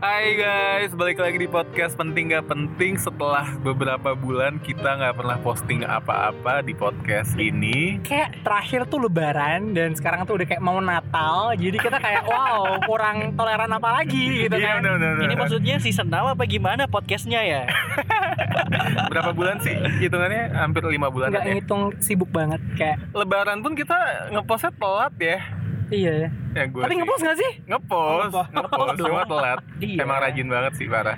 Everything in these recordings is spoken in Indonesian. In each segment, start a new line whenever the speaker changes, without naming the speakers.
Hai guys, balik lagi di podcast penting gak penting setelah beberapa bulan kita nggak pernah posting apa-apa di podcast ini.
kayak terakhir tuh lebaran dan sekarang tuh udah kayak mau Natal jadi kita kayak wow kurang toleran apa lagi gitu
Iya,
kan
bener, bener,
Ini
bener.
maksudnya seasonal apa gimana podcastnya ya?
berapa bulan sih? Hitungannya hampir lima bulan.
nggak
Ya.
ngitung sibuk banget kayak
Lebaran pun kita ngepostnya telat ya.
iya
Ya gue
tapi ngepost nggak sih
ngepost,
Oh,
ngepost cuma telat.
Iya.
Emang rajin banget sih parah.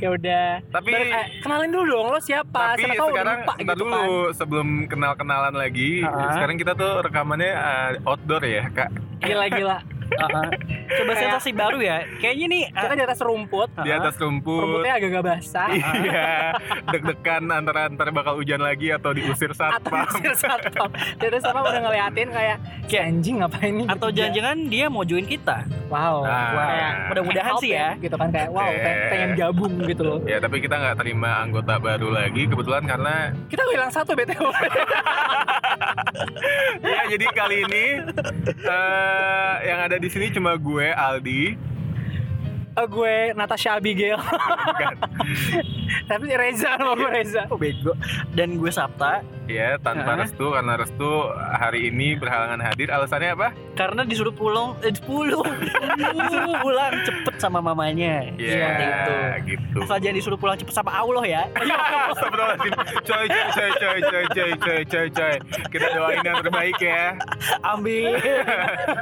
ya udah
Tapi
Bentar, eh, kenalin dulu dong lo siapa
tapi
siapa tahu
sekarang
lupa
bentar
gitu
dulu sebelum kenal-kenalan lagi,
Ah.
sekarang kita tuh rekamannya eh, outdoor ya, Kak.
kan gila-gila
Ah, Coba sensasi baru ya. Kayaknya nih
kita
ah,
di atas rumput
Di atas rumput.
rumputnya agak-agak basah
Iya, deg-degan antara antara bakal hujan lagi atau diusir
atau
satpam.
pasir satpam jadi sama udah ngeliatin kayak si anjing ngapain ini Iya.
atau jangan-jangan dia mau join kita.
wow
Nah.
Oh, kayak
Mudah-mudahan
hangout
sih ya.
gitu kan kayak wow pengen,
Eh.
pengen gabung gitu loh
Ya, tapi kita nggak terima anggota baru lagi kebetulan karena
kita hilang satu btw
ya jadi kali ini eh, yang ada di sini cuma gue Aldi.
Eh, gue Natasha Abigail
Bukan.
tapi Reza nama gue Reza
Oh bego. Dan gue Sabta
Ya, tanpa
Ah.
Restu karena Restu hari ini berhalangan hadir. Alasannya apa?
karena disuruh pulang eh, pulang. disuruh pulang cepet sama mamanya.
Iya.
Iya,
Seperti itu.
Ya, gitu.
Asal jangan disuruh pulang cepet sama Allah ya.
Astagfirullahaladzim Coy coy coy coy coy coy coy coy coy Kita doain yang terbaik ya
Ambil.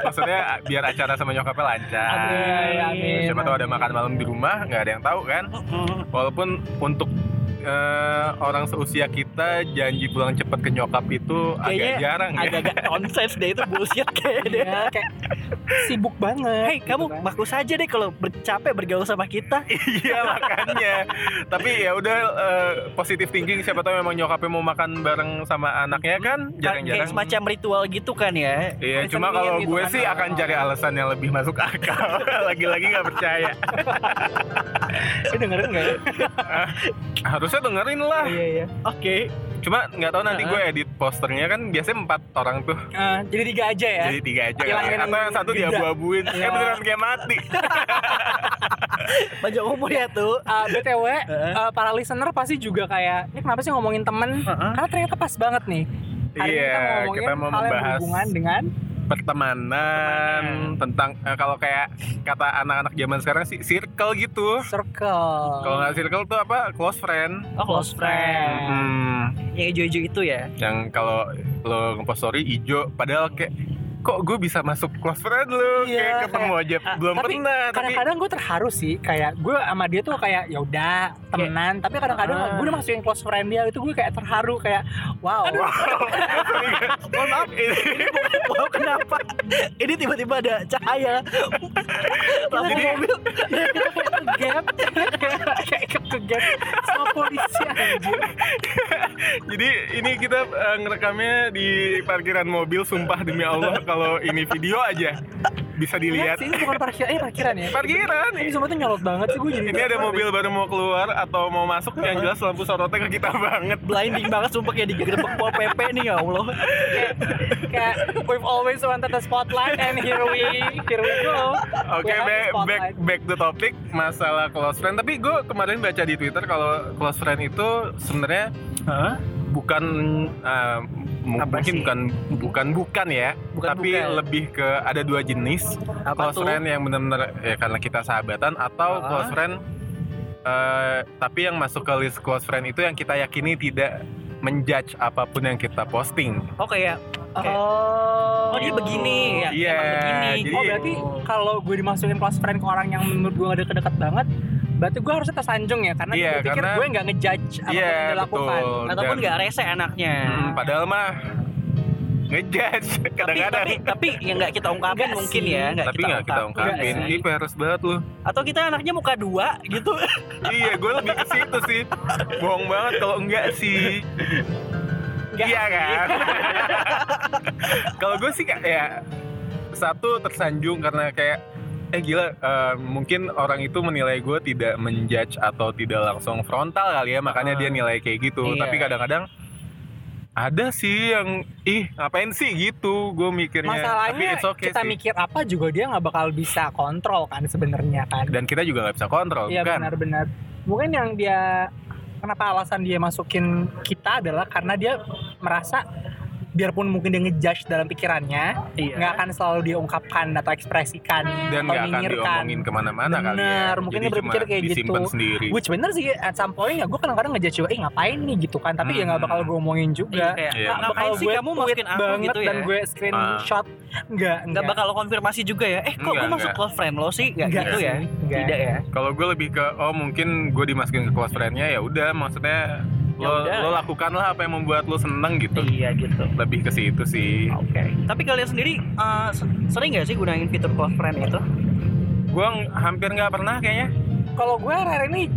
Maksudnya biar acara sama nyokapnya lancar
Amin, amin.
Iya, Siapa tahu ada makan malam di rumah nggak ada yang tahu kan Walaupun untuk eh, orang seusia kita janji pulang cepat ke nyokap itu agak
Kayaknya
jarang ya
Agak-agak nonsense deh itu bullshit kayaknya. deh.
Iya, kayak sibuk banget
Hei
gitu
kamu
kan.
baku saja deh kalau bercapek bergaul sama kita.
Iya makanya Tapi ya udah eh, positive thinking siapa tahu memang nyokapnya mau makan bareng sama anaknya kan
Kayak
jarang-jarang
semacam ritual gitu kan ya.
Iya,
Kristen
cuma
Wiig
kalau
gitu
gue
kan.
sih akan cari alasan yang lebih masuk akal. Lagi-lagi nggak percaya.
Lu dengerin nggak ya
Harusnya dengerin lah.
iya iya
Oke.
Cuma nggak tahu nanti gue edit posternya kan biasanya empat orang tuh,
Eh, jadi tiga aja ya
jadi tiga aja. Kan?
Hilangin
Atau yang satu
geda.
diabu-abuin, eh
Iya.
beneran kayak mati.
Banyak umur ya tuh.
Eh, btw eh, para listener pasti juga kayak ini kenapa sih ngomongin temen
Heeh.
karena ternyata pas banget nih hari ini
Iya,
kita
kita mau
mau ngomongin hal yang
membahas
berhubungan dengan
pertemanan tentang eh, kalau kayak kata anak-anak zaman sekarang sih circle gitu.
circle
Kalau nggak circle tuh apa close friend.
Oh,
Iya.
close friend.
Hmm,
Yang hijau-hijau itu ya.
yang kalau lo ngepost story ijo, padahal kayak kok gue bisa masuk close friend lu
Iya,
kayak ketemu aja belum
tapi
pernah tapi
kadang-kadang gue terharu sih kayak gue sama dia tuh kayak ya udah temenan tapi kadang-kadang
Iya. Ah.
gue udah masukin close friend dia itu gue kayak terharu kayak wow
Mohon maaf ini
Wow, Oh, kenapa? Ini tiba-tiba ada cahaya. Lampu
Jadi-
mobil.
kita kayak ke gap kayak ikut ke gap sama polisi anjir
jadi ini kita eh, ngerekamnya di parkiran mobil sumpah demi Allah kalau ini video aja bisa
Iya
dilihat
sih ini bukan parkiran eh parkiran ya
parkiran
ini semua tuh nyolot banget sih gue jadi
ini ada mobil baru mau keluar atau mau masuk yang jelas lampu sorotnya ke kita banget
Blinding banget sumpah kayak digrebek Pol PP nih ya Allah.
kayak, kayak we've always wanted the spotlight and here we here we go
oke
We have the
ba- back
spotlight.
back to topic masalah close friend tapi gue kemarin baca di twitter kalau close friend itu sebenarnya
Hah?
bukan eh, m-
Apa
mungkin
sih?
bukan bukan bukan ya
Bukan
tapi
bukan.
lebih ke ada dua jenis
Apa
close
tuh?
friend yang benar-benar ya karena kita sahabatan atau
Ah.
close friend eh, tapi yang masuk ke list close friend itu yang kita yakini tidak menjudge apapun yang kita posting.
Oh kayak
oh
oh dia begini ya.
Iya,
emang
jadi-
begini.
Oh berarti kalau gue dimasukin close friend ke orang yang menurut gue gak deket-deket banget Berarti gue harusnya tersanjung ya Karena
Iya,
gue pikir
karena-
gue gak ngejudge apa yang
Iya
dia lakukan
betul.
ataupun
Dan-
nggak rese anaknya.
Hmm, padahal mah ngejudge
Tapi, tapi
kadang-kadang.
tapi yang nggak kita ungkapin
Nggak
mungkin
sih.
ya nggak
Tapi nggak kita ungkapin.
Nggak
Ini
sih.
harus banget lu.
atau kita anaknya muka dua gitu
iya, gue lebih ke situ sih. Bohong banget kalau enggak sih.
Enggak
iya kan? kalau gue sih kayak ya satu tersanjung karena kayak eh gila eh, mungkin orang itu menilai gue tidak menjudge atau tidak langsung frontal kali ya makanya
Ah.
dia nilai kayak gitu
Iya.
tapi kadang-kadang ada sih yang ih ngapain sih gitu gue
Iya,
mikirnya tapi
Masalahnya
it's okay
kita
sih
mikir apa juga dia nggak bakal bisa kontrol kan sebenarnya kan.
dan kita juga nggak bisa kontrol
Iya
kan
benar-benar. Mungkin yang dia kenapa alasan dia masukin kita adalah karena dia merasa biarpun mungkin dia ngejudge dalam pikirannya
Iya.
nggak akan selalu diungkapkan atau ekspresikan
dan
atau
nggak akan
nyinyirkan.
diomongin kemana-mana kali ya
Bener, mungkin
Jadi
dia berpikir
cuma
kayak gitu.
disimpan sendiri
Which bener sih at some point ya gue kadang-kadang ngejudge juga, eh ngapain nih gitu kan tapi ya nggak
Hmm.
bakal gue omongin
Iya,
juga
kayak,
Iya.
Nggak
Nah,
bakal
ngapain sih
gue
kamu
tweet
masukin aku
banget
gitu ya?
dan gue screenshot nggak
Nggak bakal lo konfirmasi juga ya. Eh kok
Nggak,
gue masuk
nggak.
close friend lo sih? Nggak
Nggak
gitu ya?
sih, nggak.
Tidak ya?
kalau gue lebih ke oh mungkin gue dimasukin ke close friendnya ya udah maksudnya
Ya
lo
udah.
lo lakukanlah apa yang membuat lo seneng gitu
Iya gitu.
lebih ke situ sih
Oke. Tapi kalian sendiri eh, se- sering nggak sih gunain fitur close friend gitu? itu?
gue hampir nggak pernah kayaknya
kalau gue akhir ini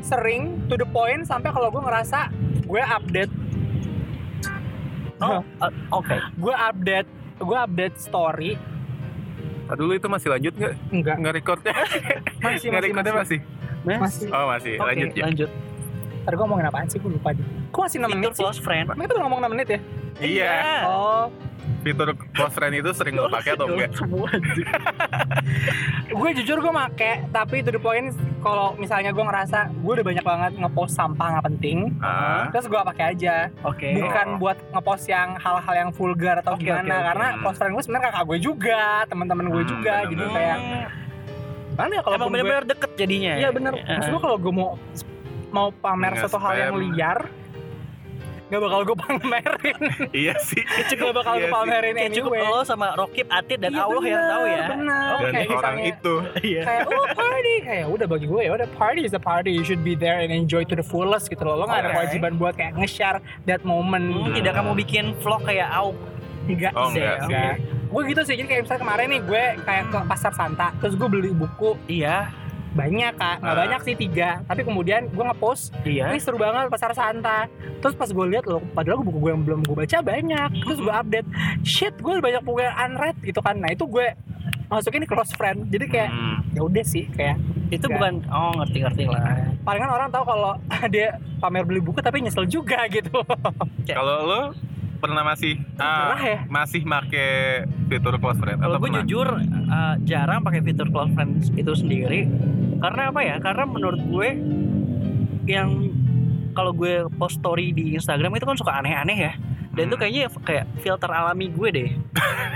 sering to the point sampai kalau gue ngerasa gue update
Oh, eh, oke.
gue update gue update story
Tadi dulu itu masih lanjut nggak
enggak
nggak recordnya
masih
nggak
masih
recordnya masih
masih
oh masih
Oke,
lanjut ya
Lanjut.
ntar gue ngomongin apaan sih gue lupa deh gue masih 6
Fitur
menit sih
close friend.
Emang kita udah ngomong 6 menit ya?
iya
Oh,
fitur close friend itu sering lo pakai
Iya.
atau enggak
Semua anjing.
gue jujur gue make, tapi to the point kalau misalnya gue ngerasa gue udah banyak banget ngepost sampah nggak penting,
ah
terus gue pakai aja.
Oke.
bukan buat ngepost yang hal-hal yang vulgar atau
Oke,
gimana
Oh. oke, oke.
karena close friend gue sebenarnya kakak gue juga teman-teman gue
Hmm,
juga jadi
benar-benar.
kayak mana ya kalau
Emang
gue
bener-bener deket jadinya.
iya bener maksud gue kalau gue mau mau pamer
Nge-spam.
satu hal yang liar nggak bakal gue pamerin
iya sih
nggak bakal
Iya
gue
sih.
pamerin
Kayak cukup
anyway.
lo sama Rokib, Atit dan
Iya,
Allah yang
bener,
tahu ya.
bener.
dan
Kayak
orang
misalnya-
itu
Iya.
kayak oh party kayak udah bagi gue ya udah party is a party you should be there and enjoy to the fullest gitu loh lo nggak ada
Oke.
kewajiban buat kayak nge-share that moment
Hmm,
Hmm.
Tidak kamu bikin vlog kayak Au.
Enggak
Oh,
sih.
enggak sih. Hmm.
Gue gitu sih, jadi kayak misalnya kemarin nih gue kayak ke pasar Santa, terus gue beli buku
Iya.
banyak kak, nggak
Ah.
banyak sih tiga, tapi kemudian gue ngepost,
Iya.
ini seru banget pasar Santa. Terus pas gue lihat loh, padahal buku gue yang belum gue baca banyak, terus
Hmm.
gue update, shit gue banyak buku yang unread gitu kan, nah itu gue masukin ke close friend, jadi kayak
Hmm.
ya udah sih kayak
Itu
Enggak.
bukan oh ngerti-ngerti lah.
palingan orang tahu kalau dia pamer beli buku tapi nyesel juga gitu.
kalau lo pernah masih ah,
Gerah ya.
masih make fitur close friend
Kalau
atau
gue
pernah
jujur eh, jarang pakai fitur close friends itu sendiri. Karena apa ya? Karena menurut gue yang kalau gue post story di Instagram itu kan suka aneh-aneh ya. Dan itu
Hmm.
kayaknya kayak filter alami gue deh.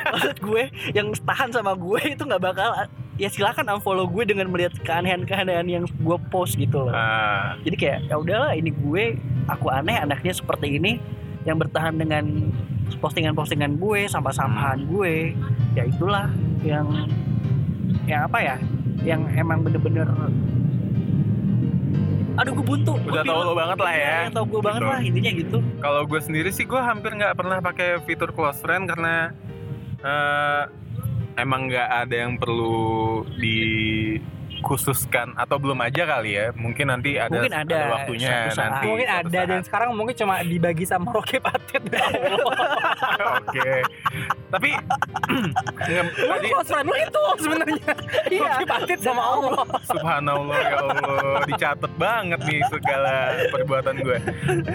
Maksud gue yang tahan sama gue itu nggak bakal ya silakan unfollow gue dengan melihat keanehan-keanehan yang gue post gitu loh.
Ah,
Jadi kayak ya udahlah ini gue aku aneh anaknya seperti ini yang bertahan dengan postingan-postingan gue, sampah-sampahan gue. Ya itulah yang yang apa ya? Yang emang bener-bener Aduh gue buntu.
Udah tau lo banget lah ya.
Tahu gue banget
Gitu.
lah intinya gitu.
Kalau gue sendiri sih gue hampir nggak pernah pakai fitur close friend karena eh, emang nggak ada yang perlu dikhususkan atau belum aja kali ya. Mungkin nanti ada,
Mungkin ada
waktunya
suatu saat.
nanti.
mungkin
suatu
ada dan
saat.
sekarang mungkin cuma dibagi sama Rocky Patet.
Oke. Tapi nge-
Lu
tadi
close friend lu itu sebenarnya.
Iya.
Rocky Patit sama Allah.
Subhanallah ya Allah dicatat banget nih segala perbuatan gue.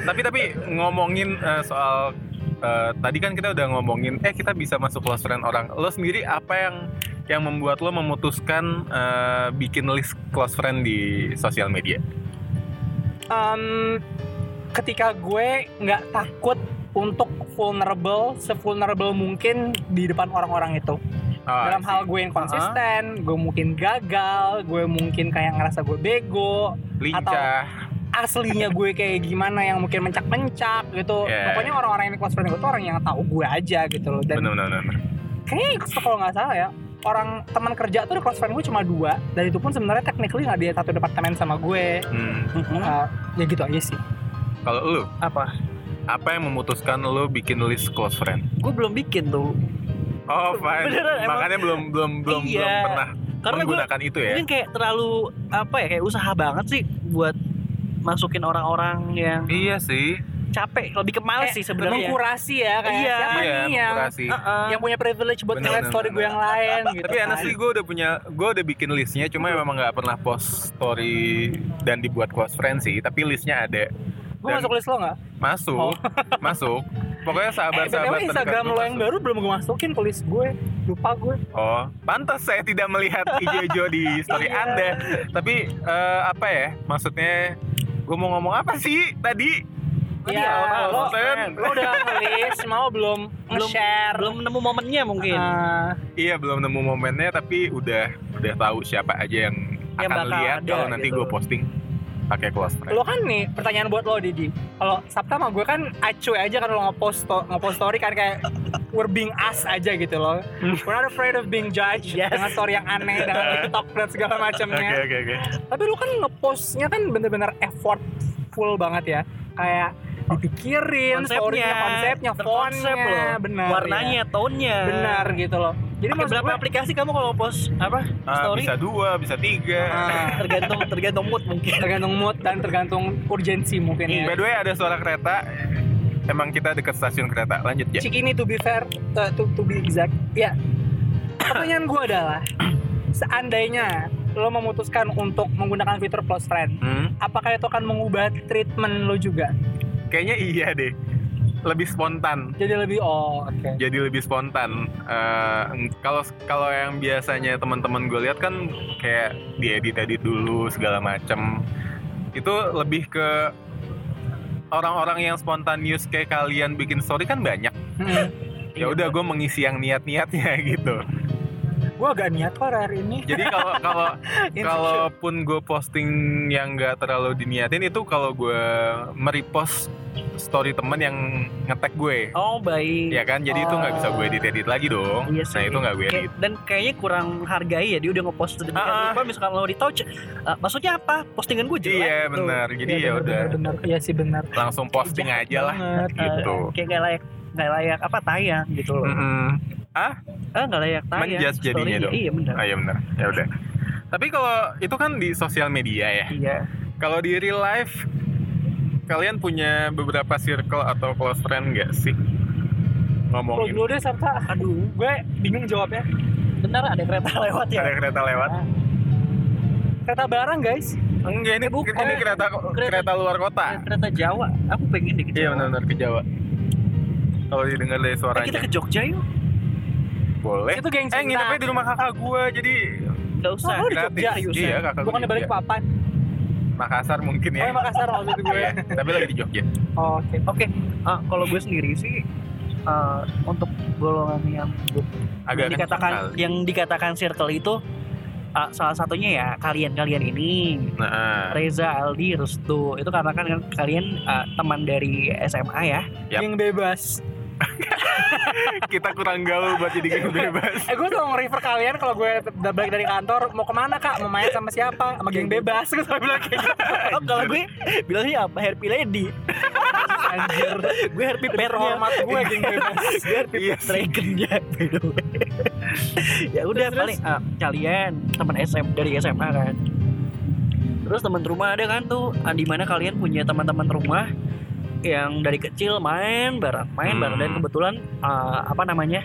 Tapi tapi ngomongin eh, soal eh, tadi kan kita udah ngomongin eh kita bisa masuk close friend orang. Lo sendiri apa yang yang membuat lo memutuskan eh, bikin list close friend di sosial media?
Em, ketika gue nggak takut untuk vulnerable, sevulnerable mungkin di depan orang-orang itu.
Ah,
Dalam hal gue inconsisten, gue mungkin gagal, gue mungkin kayak ngerasa gue bego,
lincah.
aslinya gue kayak gimana yang mungkin mencak-mencak gitu.
Yeah.
Pokoknya orang-orang yang close friend gue tuh orang yang tahu gue aja gitu loh. Dan
Benar benar benar.
kayaknya kalau nggak salah ya orang teman kerja tuh di close friend gue cuma dua dan itu pun sebenarnya technically nggak di satu departemen sama gue
Hmm.
Nah,
Eh, ya gitu aja sih
Kalau lo
Apa?
apa yang memutuskan lo bikin list close friend?
Gue belum bikin tuh.
Oh, fine.
Beneran, emang-
Makanya belum belum belum
Iya.
belum pernah
Karena gue
menggunakan itu ya.
mungkin kayak terlalu apa ya kayak usaha banget sih buat masukin orang-orang yang
Iya sih.
capek lebih ke males sih sebenarnya.
mengkurasi Eh, ya kayak
Iya.
siapa
Iya,
nih yang
mengkurasi.
Heeh.
yang punya privilege buat
Bener,
ngeliat
bener,
story
bener.
gue yang lain gitu
Tapi
kan.
honestly gue udah punya, gue udah bikin listnya, cuma memang nggak pernah post story dan dibuat close friend sih. Tapi listnya ada,
gue
dan-
masuk list lo nggak
masuk,
Oh.
masuk. pokoknya
Eh,
sahabat-sahabat
BTW Instagram
terdekat
lo
gua
yang
masuk.
baru belum gue masukin ke list gue. Lupa gue.
Oh, pantas saya tidak melihat ijo-ijo di story Anda. Tapi eh, apa ya? Maksudnya gue mau ngomong apa sih tadi?
Iya,
awal-awal
lo,
konten.
lo udah ngelis, mau belum
belum
nge-share.
belum nemu momennya mungkin
Ah,
Iya belum nemu momennya tapi udah udah tahu siapa aja yang
Yang
akan
bakal
lihat
ada
kalau nanti
gitu.
gue posting pakai close friend.
lo kan nih pertanyaan buat lo Didi kalau Sabta sama gue kan acuy aja kan lo ngepost to- ngepost story kan kayak we're being us aja gitu loh we're not afraid of being judged
Yes.
dengan story yang aneh dengan TikTok dan segala
Oke
macamnya
oke oke.
tapi lo kan ngepostnya kan bener-bener effortful banget ya kayak dipikirin storynya konsepnya fontnya
terkonsep loh.
benar
warnanya tone-nya
ya. benar gitu loh jadi
Pakai
maksud
berapa
gue-
aplikasi kamu kalau post apa
Ah,
story
bisa dua, bisa
ya?
tiga.
Ah,
tergantung tergantung mood mungkin
tergantung mood dan tergantung urgensi mungkin ya
Iya,
By the way ada suara kereta. Emang kita dekat stasiun kereta. Lanjut ya.
Cikini to be fair, uh, to, to be exact. Ya, pertanyaan gue adalah, seandainya lo memutuskan untuk menggunakan fitur plus friend,
Hmm,
apakah itu akan mengubah treatment lo juga?
kayaknya iya deh. Lebih spontan.
Jadi lebih oh, oke.
jadi lebih spontan. Eh, Kalau kalau yang biasanya teman-teman gue lihat kan kayak diedit-edit dulu segala macem. Itu lebih ke orang-orang yang spontaneous kayak kalian bikin story kan banyak.
Hmm.
Ya udah gue mengisi yang niat-niatnya gitu.
Gue agak niat kok hari ini.
Jadi kalau Ya, kalau
Iya,
kalaupun gue posting yang nggak terlalu diniatin itu kalau gue merepost story temen yang ngetek gue.
oh baik
Ya kan, jadi itu nggak bisa gue edit-edit lagi dong.
Iya sih.
Nah itu nggak gue edit.
Kayak- dan kayaknya kurang hargai ya dia udah ngepost sedemikian
Ah, ah.
rupa misalkan lo retouch eh, maksudnya apa postingan gue jelek gitu.
Iya
tuh.
benar. Jadi ya
bener,
udah
bener, bener. Iya sih benar.
langsung posting
Jahat
aja lah
banget.
Eh,
gitu.
kayak nggak layak nggak layak apa tayang gitu loh
Mm-mm.
ah nggak layak tayang
Menjudge jadinya
story-nya.
dong.
iya benar
Ah iya benar. Ya udah. Tapi kalau itu kan di sosial media ya.
iya
Kalau di real life kalian punya beberapa circle atau close friend nggak sih?
Lo
Ngomongin
dulu deh, Sabta.
aduh
Gue bingung jawabnya.
benar ada kereta lewat ya
ada kereta lewat.
Kereta barang, guys.
Enggak ini
Bukan.
ini kereta kereta luar
Ada
kota.
kereta Jawa aku pengen deh ke
Iya
Jawa.
benar-benar ke Jawa. Kalau didengar dari
Eh, kita
suaranya
ke Jogja yuk
boleh.
Itu geng
Eh nginepnya
cinta.
di rumah kakak gua jadi
nggak usah
Oh, lu di
gratis.
Jogja,
Yusen.
Iya kakak gua.
Bukan
di
di balik
Jogja.
papan.
Makassar mungkin
Oh,
ya.
Makassar maksud gue.
Iya, tapi lagi di Jogja.
Oh, Oke.
Oke, ah, kalau gue sendiri sih ah, untuk golongan yang, yang
Agak
dikatakan
kental.
yang dikatakan circle itu ah, salah satunya ya kalian-kalian ini
Nah,
Reza, Aldi, Restu itu karena kan kalian ah, teman dari SMA ya.
Yap.
Geng bebas.
kita kurang gaul buat jadi geng bebas.
Eh gue selalu nge-refer kalian kalau gue udah balik dari kantor mau kemana kak, mau main sama siapa, sama geng bebas gue selalu bilang kayak gitu.
Oh, kalau gue bilangnya apa Happy Lady,
Anjir,
gue Happy Pernya,
terhormat gue geng bebas.
gue Happy
Iya sih.
Dragonnya. by the way. ya udah
Terus,
paling ah, kalian teman SM dari SMA kan. Terus teman rumah ada kan tuh, ah, di mana kalian punya teman-teman rumah yang dari kecil main bareng, main bareng dan
Hmm.
kebetulan ah, apa namanya?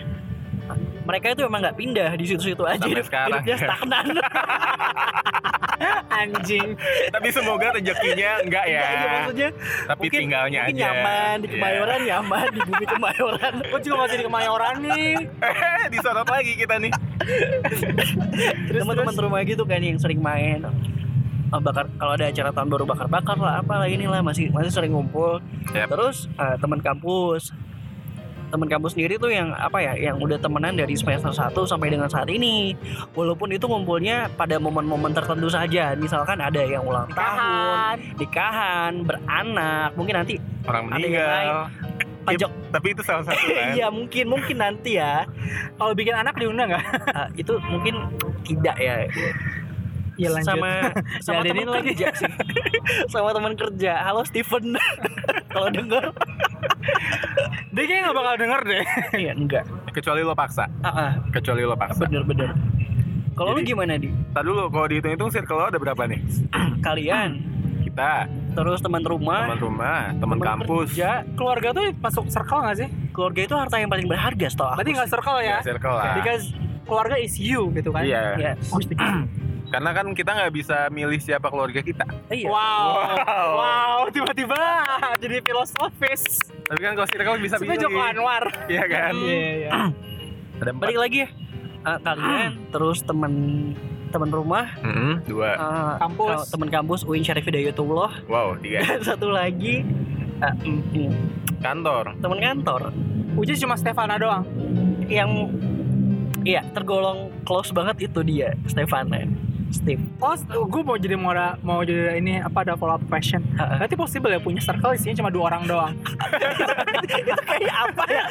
Mereka itu emang nggak pindah di situ-situ aja.
Sampai
hidup-
sekarang,
Hidupnya
ya.
stagnan.
Anjing.
Tapi semoga rezekinya enggak ya.
Iya, maksudnya
Tapi
mungkin-
tinggalnya
mungkin
aja.
nyaman di
Iya.
Kemayoran, nyaman di bumi Kemayoran.
Gue juga masih di Kemayoran nih.
Eh, Disorot lagi kita nih.
Terus,
teman-teman
terus.
rumah gitu kan yang sering main eh, bakar kalau ada acara tahun baru bakar-bakar lah apalah inilah masih masih sering ngumpul
Yap.
terus eh, teman kampus teman kampus sendiri tuh yang apa ya yang udah temenan dari semester 1 sampai dengan saat ini walaupun itu ngumpulnya pada momen-momen tertentu saja misalkan ada yang ulang tahun
Tahan.
nikahan beranak mungkin nanti
Iya,
Orang
Ada yang lain.
meninggal.
pajak
Tapi itu salah satu kan.
iya mungkin mungkin nanti ya
Kalau bikin anak diundang nggak?
Eh, itu mungkin tidak ya
Iya lanjut.
sama sama
Jalanin
teman
lagi.
kerja sih sama teman kerja halo Steven kalau denger
Dia kayaknya nggak bakal denger deh.
iya enggak
Kecuali lo paksa.
ah, ah,
Kecuali lo paksa.
bener bener kalau lu
Jadi-
gimana di
Tadi dulu kalau dihitung-hitung circle lo ada berapa nih?
kalian
Kita,
terus teman rumah
teman rumah, teman
teman
kampus.
kerja
Keluarga tuh masuk circle nggak sih?
keluarga itu harta yang paling berharga setahu aku
Berarti nggak circle ya?
Ya, circle lah.
Because keluarga is you gitu kan?
Iya.
ya
Gusti.
Karena kan kita nggak bisa milih siapa keluarga kita.
iya
Wow.
Wow.
Wow, tiba-tiba jadi filosofis.
Tapi kan close circle bisa
Itu
pilih.
Joko Anwar.
Iya kan?
Iya, iya.
Ada empat.
balik lagi ya Eh, kalian terus temen temen rumah
Mm-mm, dua.
eh,
Kampus.
temen kampus Uin Syarif Hidayatullah
Wow, tiga.
dan satu lagi eh, mm, mm,
Kantor.
temen kantor
Uji cuma Stefana doang.
yang iya tergolong close banget itu dia Stefana Steve
Oh, gue mau jadi mau ada mau jadi ini apa ada follow up question.
Ha-ha.
Berarti possible ya punya circle isinya cuma dua orang doang.
itu kayak apa ya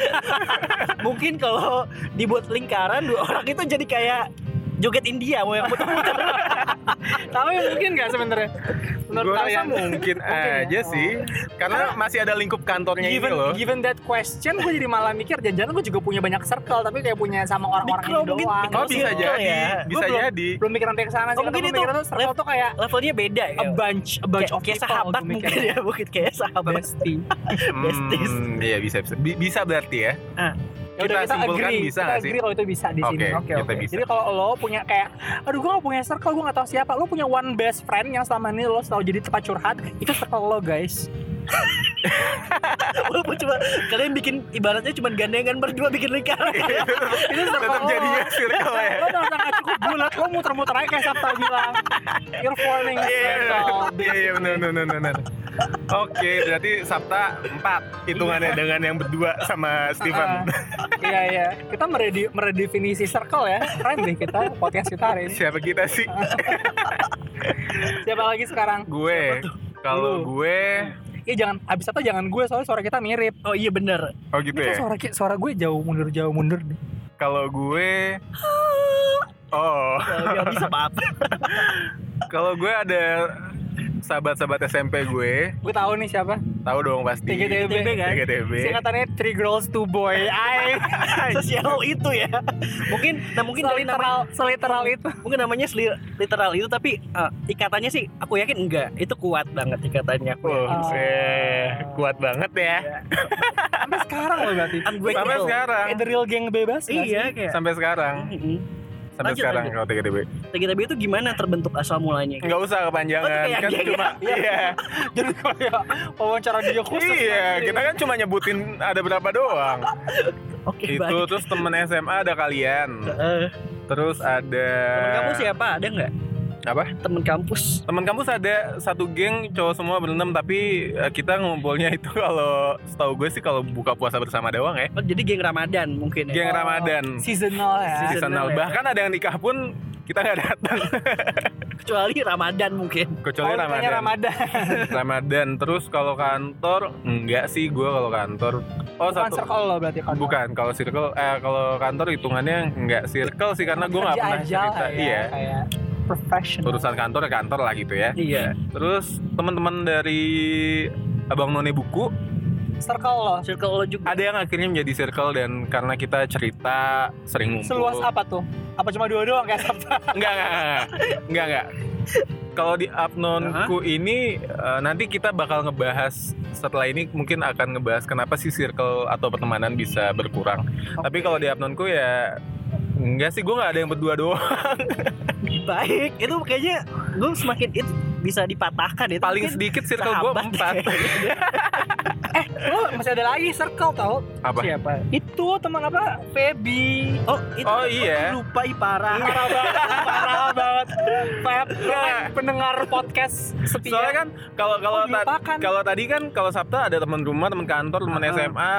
mungkin kalau dibuat lingkaran dua orang itu jadi kayak joget India mau yang muter-muter
Tapi ya, mungkin nggak sebenarnya? Menurut
Gue rasa
kalian?
mungkin
ya.
aja sih, karena masih ada lingkup kantornya ini
Given,
loh.
given that question, gue jadi malah mikir jangan-jangan gue juga punya banyak circle tapi kayak punya sama orang-orang
Mikro
ini
mungkin,
doang.
Oh
mikro
bisa
circle
jadi,
ya.
bisa
Gua belum-
jadi.
Belum mikir nanti ke sana sih. karena
Oh, mungkin
gua
itu
mikirnya tuh circle tuh kayak
levelnya beda ya
a bunch, a bunch
Kayak-
of
kayak
people,
sahabat
gua
mungkin
mikirnya.
ya mungkin kayak sahabat
Pasti.
besties.
Hmm, iya bisa bisa. Bi- bisa berarti ya.
Ya
Kita
udah kita
simpulkan
agree,
bisa
kita
nggak sih?
agree kalau itu bisa di
Oke,
sini.
kita bisa.
Jadi kalau lo punya kayak, aduh gue gak punya circle, gue gak tahu siapa. Lo punya one best friend yang selama ini lo selalu jadi tempat curhat, itu circle lo guys.
walaupun cuma kalian bikin ibaratnya cuma gandengan berdua bikin lingkaran
Itu circle
Tetap
lo.
jadinya circle ya.
Lo udah sangat cukup bulat, lo muter-muter aja kayak Sabta bilang. You're forming a
Iya,
circle.
Iya, iya, benar, benar, benar, benar. Oke, berarti Sabta 4 hitungannya dengan yang berdua sama Steven.
Uh, iya iya, kita meredi- meredefinisi circle ya. Keren deh kita podcast kita hari ini.
Siapa kita sih?
Siapa lagi sekarang?
Gue. Kalau
Lu.
gue,
Iya jangan, abis atau jangan gue soalnya suara kita mirip.
oh iya bener
oh gitu
Ini kan
ya.
suara ki- suara gue jauh mundur jauh mundur. deh.
Kalau gue, oh,
nggak bisa apa-apa
kalau gue ada sahabat-sahabat SMP gue,
Gue tahu nih siapa.
tahu dong pasti.
TGTB.
kan?
TGTB.
Singkatannya Three Girls Two Boy. Ay,
sosial itu ya mungkin nah mungkin kali namanya
seliteral, seliteral itu.
mungkin namanya seli- literal itu tapi eh, ikatannya sih aku yakin enggak itu kuat banget ikatannya aku
Oh,
Oh.
eh, kuat banget ya.
Sampai sekarang loh berarti.
Sampai
unbreakable
sekarang.
Kayak the real gang bebas. nggak sih?
Kan iya kayak
Sampai sekarang.
Mm-mm.
Sampai
Lanjut,
sekarang
lanjut.
kalau TGTB.
TGTB itu gimana terbentuk asal mulanya
Enggak usah
Oh, itu
kepanjangan, kan
kayak geng ya?
cuma iya.
Jadi kayak wawancara dia khusus.
Iya,
nanti.
kita kan cuma nyebutin ada berapa doang.
oke
Itu
baik
terus temen SMA ada kalian.
Eh,
Terus ada
temen
Eh.
kampus ya? siapa ada nggak
Apa?
temen kampus
Temen kampus ada satu geng cowok semua berenam tapi eh, kita ngumpulnya itu kalau setahu gue sih kalau buka puasa bersama doang ya.
oh, jadi geng ramadan mungkin ya
Geng Ramadan.
Seasonal ya.
Seasonal.
Seasonal.
ya.
Bahkan ada yang nikah pun kita nggak datang
kecuali ramadan mungkin
kecuali
Oh,
Ramadan.
namanya Ramadan.
Ramadan. Terus kalau kantor enggak sih gue kalau kantor. Oh,
Bukan
satu
circle lo berarti kan.
Bukan, kalau circle, eh, kalau kantor hitungannya nggak circle sih karena gue nggak
Kerja
pernah
aja
cerita.
lah ya,
Iya,
Kayak professional.
urusan kantor ya kantor lah gitu ya.
iya
Terus teman-teman dari Abang None Buku
Circle lo.
circle lo juga
ada yang akhirnya menjadi circle dan karena kita cerita sering ngumpul.
Seluas apa tuh? Apa cuma dua doang kayak Sabta?
Enggak, enggak, enggak, enggak. enggak, enggak. Kalau di Abnonku ini eh, nanti kita bakal ngebahas setelah ini mungkin akan ngebahas kenapa sih circle atau pertemanan bisa berkurang. Tapi kalau di Abnonku ya enggak sih gue nggak ada yang berdua doang.
baik itu kayaknya gue semakin itu bisa dipatahkan itu
paling
Mungkin
sedikit circle gue
sahabat
empat
ya.
kayaknya.
Lo masih ada lagi circle tau?
apa
Siapa? Itu teman apa? Feby.
oh itu
Oh, iya.
Aduh, lupa ih, parah
parah banget, parah banget. Feb, lo kan pendengar podcast setia.
Nah. soalnya kan kalau kalau
Oh, dilupakan.
ta- kalau tadi kan kalau Sabta ada teman rumah teman kantor teman
Uh-uh.
SMA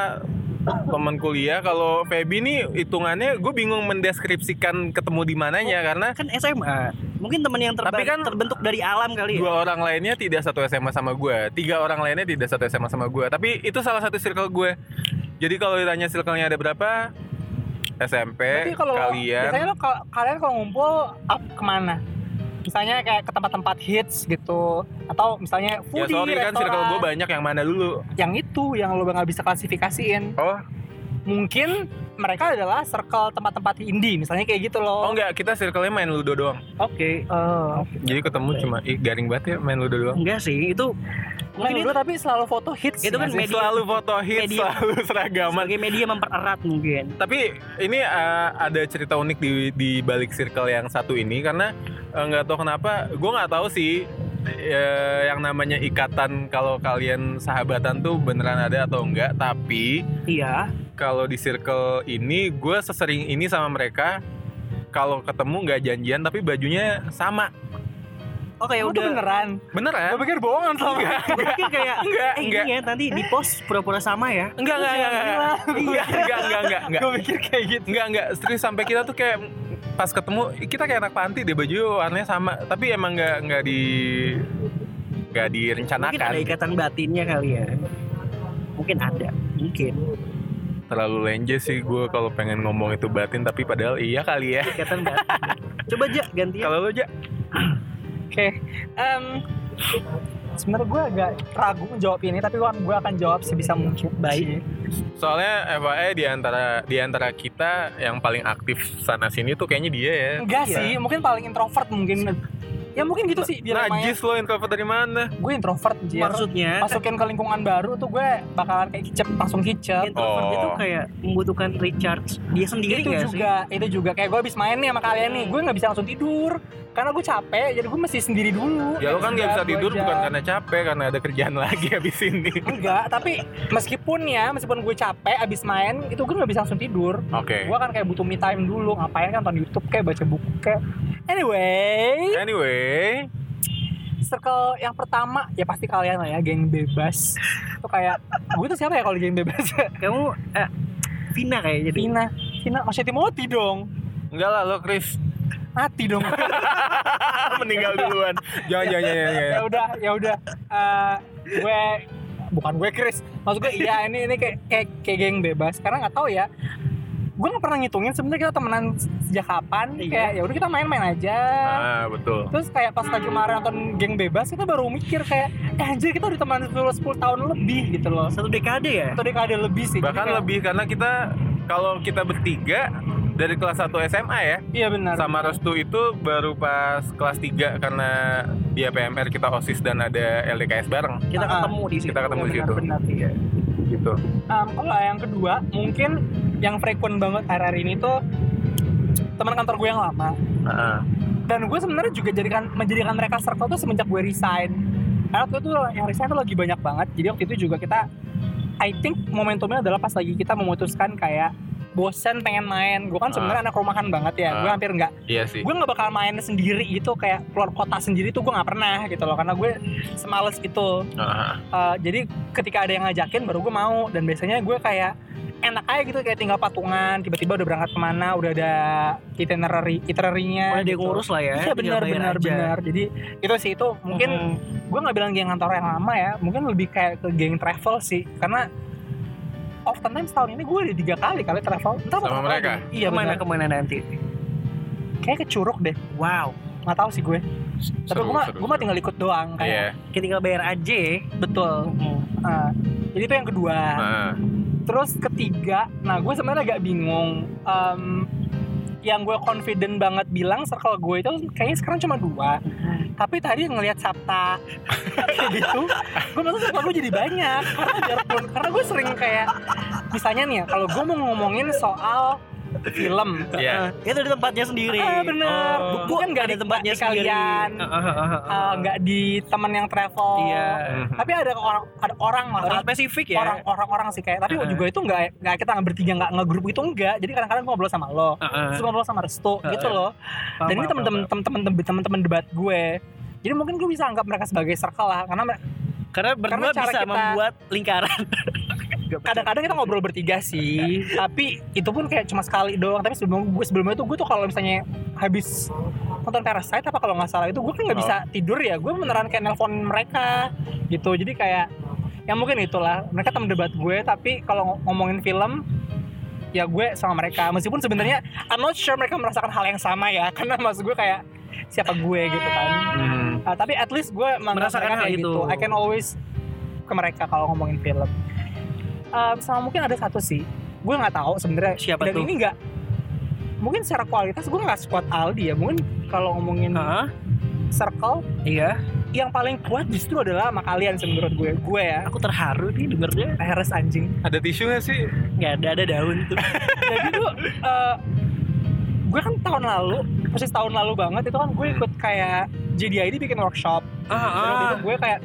teman kuliah kalau Feby nih hitungannya gue bingung mendeskripsikan ketemu di mananya
Oh.
karena
kan SMA mungkin teman yang terba-
Tapi kan-
terbentuk dari alam
Iya.
kali ya
dua orang lainnya tidak satu SMA sama gue tiga orang lainnya tidak satu SMA sama gue tapi itu salah satu circle gue jadi kalau ditanya circle-nya ada berapa SMP
Tapi kalau biasanya
Eh, kalian
lo kal- kalian kalau ngumpul up kemana? Misalnya kayak ke tempat-tempat hits gitu atau
ya
misalnya foodie,
sorry kan circle gue banyak yang mana dulu
yang itu yang lo nggak bisa klasifikasiin.
oh
Mungkin mereka adalah circle tempat-tempat indie, misalnya kayak gitu
oh
loh.
enggak kita circle-nya main ludo doang
oke
Oh.
Jadi ketemu cuma ih garing banget ya main ludo doang.
enggak sih itu
Main dulu
mungkin
tapi selalu foto hits.
Itu kan
nggak sih?
media.
Selalu foto hit,
Media.
selalu seragaman.
sebagai media mempererat mungkin
Tapi ini uh, ada cerita eh, unik di di balik circle yang satu ini karena uh, nggak tahu kenapa, gue nggak tahu sih eh, yang namanya ikatan kalau kalian sahabatan tuh beneran ada atau enggak tapi
iya
kalau di circle ini gue sesering ini sama mereka kalau ketemu nggak janjian tapi bajunya sama
oke
Oh, Kayak udah
udah
beneran. Gue
beneran
pikir bohongan
kan?
sama.
enggak
Gua pikir kayak
enggak
eh
enggak
ini ya nanti di post pura-pura sama ya
enggak enggak enggak enggak Iya, enggak enggak enggak enggak
Gue pikir kayak gitu.
enggak enggak serius sampai kita tuh kayak pas ketemu kita kayak anak panti deh baju warnanya sama tapi emang nggak nggak di nggak
mungkin ada
direncanakan
ikatan batinnya kali ya mungkin ada mungkin
terlalu lenje sih gue kalau pengen ngomong itu batin tapi padahal iya kali ya
ikatan batin coba ya. aja
Iya.
gantian
kalau lu aja
Oke. Em Sebenarnya gue agak ragu menjawab ini, tapi gue akan jawab sebisa mungkin.
Baik.
soalnya FYI di antara di antara kita yang paling aktif sana sini tuh kayaknya dia ya
Enggak
Iya.
sih, mungkin paling introvert mungkin. Ya mungkin gitu sih biar
najis lo introvert dari mana
Gue introvert, jir.
maksudnya kan-
Masukin ke lingkungan baru tuh gue bakalan kayak kicep, langsung kicep.
introvert
Oh.
itu kayak membutuhkan recharge dia sendiri
itu
Iya, nggak sih Iya.
juga, itu juga kayak gue habis main nih sama kalian nih, gue nggak bisa langsung tidur karena gue capek, jadi gue mesti sendiri dulu. Iya,
ya lo kan nggak bisa
Dua
tidur
jam.
bukan karena capek karena ada kerjaan lagi habis ini
Enggak, tapi meskipun ya, meskipun gue capek abis main, itu gue nggak bisa langsung tidur.
oke
Gue kan kayak butuh me time dulu, ngapain kan nonton YouTube kayak baca buku kayak. Anyway,
anyway
circle yang pertama ya pasti kalian lah ya, geng bebas. Itu kayak gue tuh siapa ya kalau di geng bebas?
kamu eh, Vina kayaknya deh.
Vina, Vina masih Timothy dong.
enggak lah lo Chris
Mati dong.
meninggal duluan jangan jangan jangan, jangan,
ya
jangan.
udah, ya udah. Eh, gue bukan gue Chris. Maksud gue iya ini ini kayak kayak, kayak geng bebas karena nggak tahu ya. Gue nggak pernah ngitungin sebenarnya kita temenan sejak kapan.
Iya.
Kayak ya udah kita main-main aja.
ah betul
Terus kayak pas lagi kemarin nonton geng bebas kita baru mikir kayak eh anjir kita udah temenan 10, 10 tahun lebih gitu loh.
satu dekade ya
Atau dekade lebih sih. Jadi
bahkan
kayak-
lebih karena kita kalau kita bertiga dari kelas 1 SMA ya
Iya benar.
sama Restu itu baru pas kelas 3 karena dia PMR kita OSIS dan ada LDKS bareng
kita
Ah,
ketemu di situ Iya,
kita ketemu di situ
benar, benar.
ya.
gitu
Um, kalau yang kedua mungkin yang frekuen banget hari-hari ini tuh teman kantor gue yang lama
Heeh.
dan gue sebenarnya juga jadikan menjadikan mereka circle tuh semenjak gue resign karena waktu itu yang resign tuh lagi banyak banget jadi waktu itu juga kita I think momentumnya adalah pas lagi kita memutuskan kayak bosen pengen main gue kan sebenarnya anak rumahan banget ya gue
Ah.
hampir nggak
iya sih
gue nggak bakal main sendiri gitu kayak keluar kota sendiri tuh gue nggak pernah gitu loh karena gue semales gitu
Heeh.
Uh, jadi ketika ada yang ngajakin baru gue mau dan biasanya gue kayak enak aja gitu kayak tinggal patungan tiba-tiba udah berangkat kemana udah ada itinerary itinerary-nya
udah dia
gitu.
ngurus lah ya
Iya
tinggal
benar
bayar
benar
aja.
benar. Jadi itu sih itu mungkin
Mhm.
gue nggak bilang geng kantor yang lama ya, mungkin lebih kayak ke geng travel sih karena often times tahun ini gue udah tiga kali kali travel. Entah
Sama
berapa
mereka?
kali. Iya
kemana
benar.
kemana nanti
Kayak ke Curug deh.
wow
Nggak tahu sih gue. Tapi
Seru,
gue mah
seru,
gue mah
seru.
tinggal ikut doang kayak.
iya
kita tinggal bayar aja ya.
Betul.
Mhm.
Uh, jadi itu yang kedua.
Heeh.
Terus ketiga, nah gue sebenarnya agak bingung. Em, yang gue confident banget bilang circle gue itu kayaknya sekarang cuma dua.
Mm-hmm.
Tapi tadi ngelihat Sapta kayak gitu, gue merasa circle gue jadi banyak. Karena biarpun, karena gue sering kayak, misalnya nih ya, kalau gue mau ngomongin soal film,
Iya.
Eh, itu di tempatnya sendiri
Ah, bener.
Oh.
Bukan nggak
ada
di-
tempatnya
nggak di kalian.
sendiri. Ah, ah, ah, ah,
eh,
ah.
nggak di temen yang travel.
iya
Eh, Mhm.
Tapi ada orang, ada orang lah.
orang
saat-
spesifik ya
orang orang orang sih kayak tapi
Heeh.
juga itu nggak nggak kita nggak bertiga nggak ngegrup gitu enggak jadi kadang-kadang gue ngobrol sama lo
Ah, ah.
terus ngobrol sama Restu
Heeh.
gitu loh dan ini temen-temen temen-temen temen-temen debat gue jadi mungkin gue bisa anggap mereka sebagai circle lah karena mer-
karena berdua
Karena cara
bisa
kita-
membuat lingkaran
kadang-kadang kita ngobrol bertiga sih tapi itu pun kayak cuma sekali doang tapi sebelum gue sebelumnya tuh gue tuh kalau misalnya habis nonton Parasite apa kalau nggak salah itu gue kan nggak bisa tidur ya gue beneran kayak nelpon mereka gitu jadi kayak yang mungkin itulah mereka teman debat gue tapi kalau ng- ngomongin film ya gue sama mereka meskipun sebenarnya I'm not sure mereka merasakan hal yang sama ya karena maksud gue kayak siapa gue gitu kan
Hmm.
Ah, tapi at least gue menganggap
Merasakan
mereka
hal
kayak
itu.
gitu. I can always ke mereka kalau ngomongin film. Um, sama mungkin ada satu sih, gue nggak tahu sebenarnya.
Siapa
Dan
tuh?
ini nggak, mungkin secara kualitas gue nggak sekuat Aldi ya. Mungkin kalau ngomongin
Ah,
circle,
iya
yang paling kuat justru adalah sama kalian sih menurut gue. Gue ya,
aku terharu nih dengernya
Harris anjing.
ada tisu nggak sih
nggak ada ada daun tuh
jadi tuh eh, gue kan tahun lalu persis tahun lalu banget itu kan gue ikut kayak JDID bikin workshop
Ah,
Terus waktu
ah.
itu gue kayak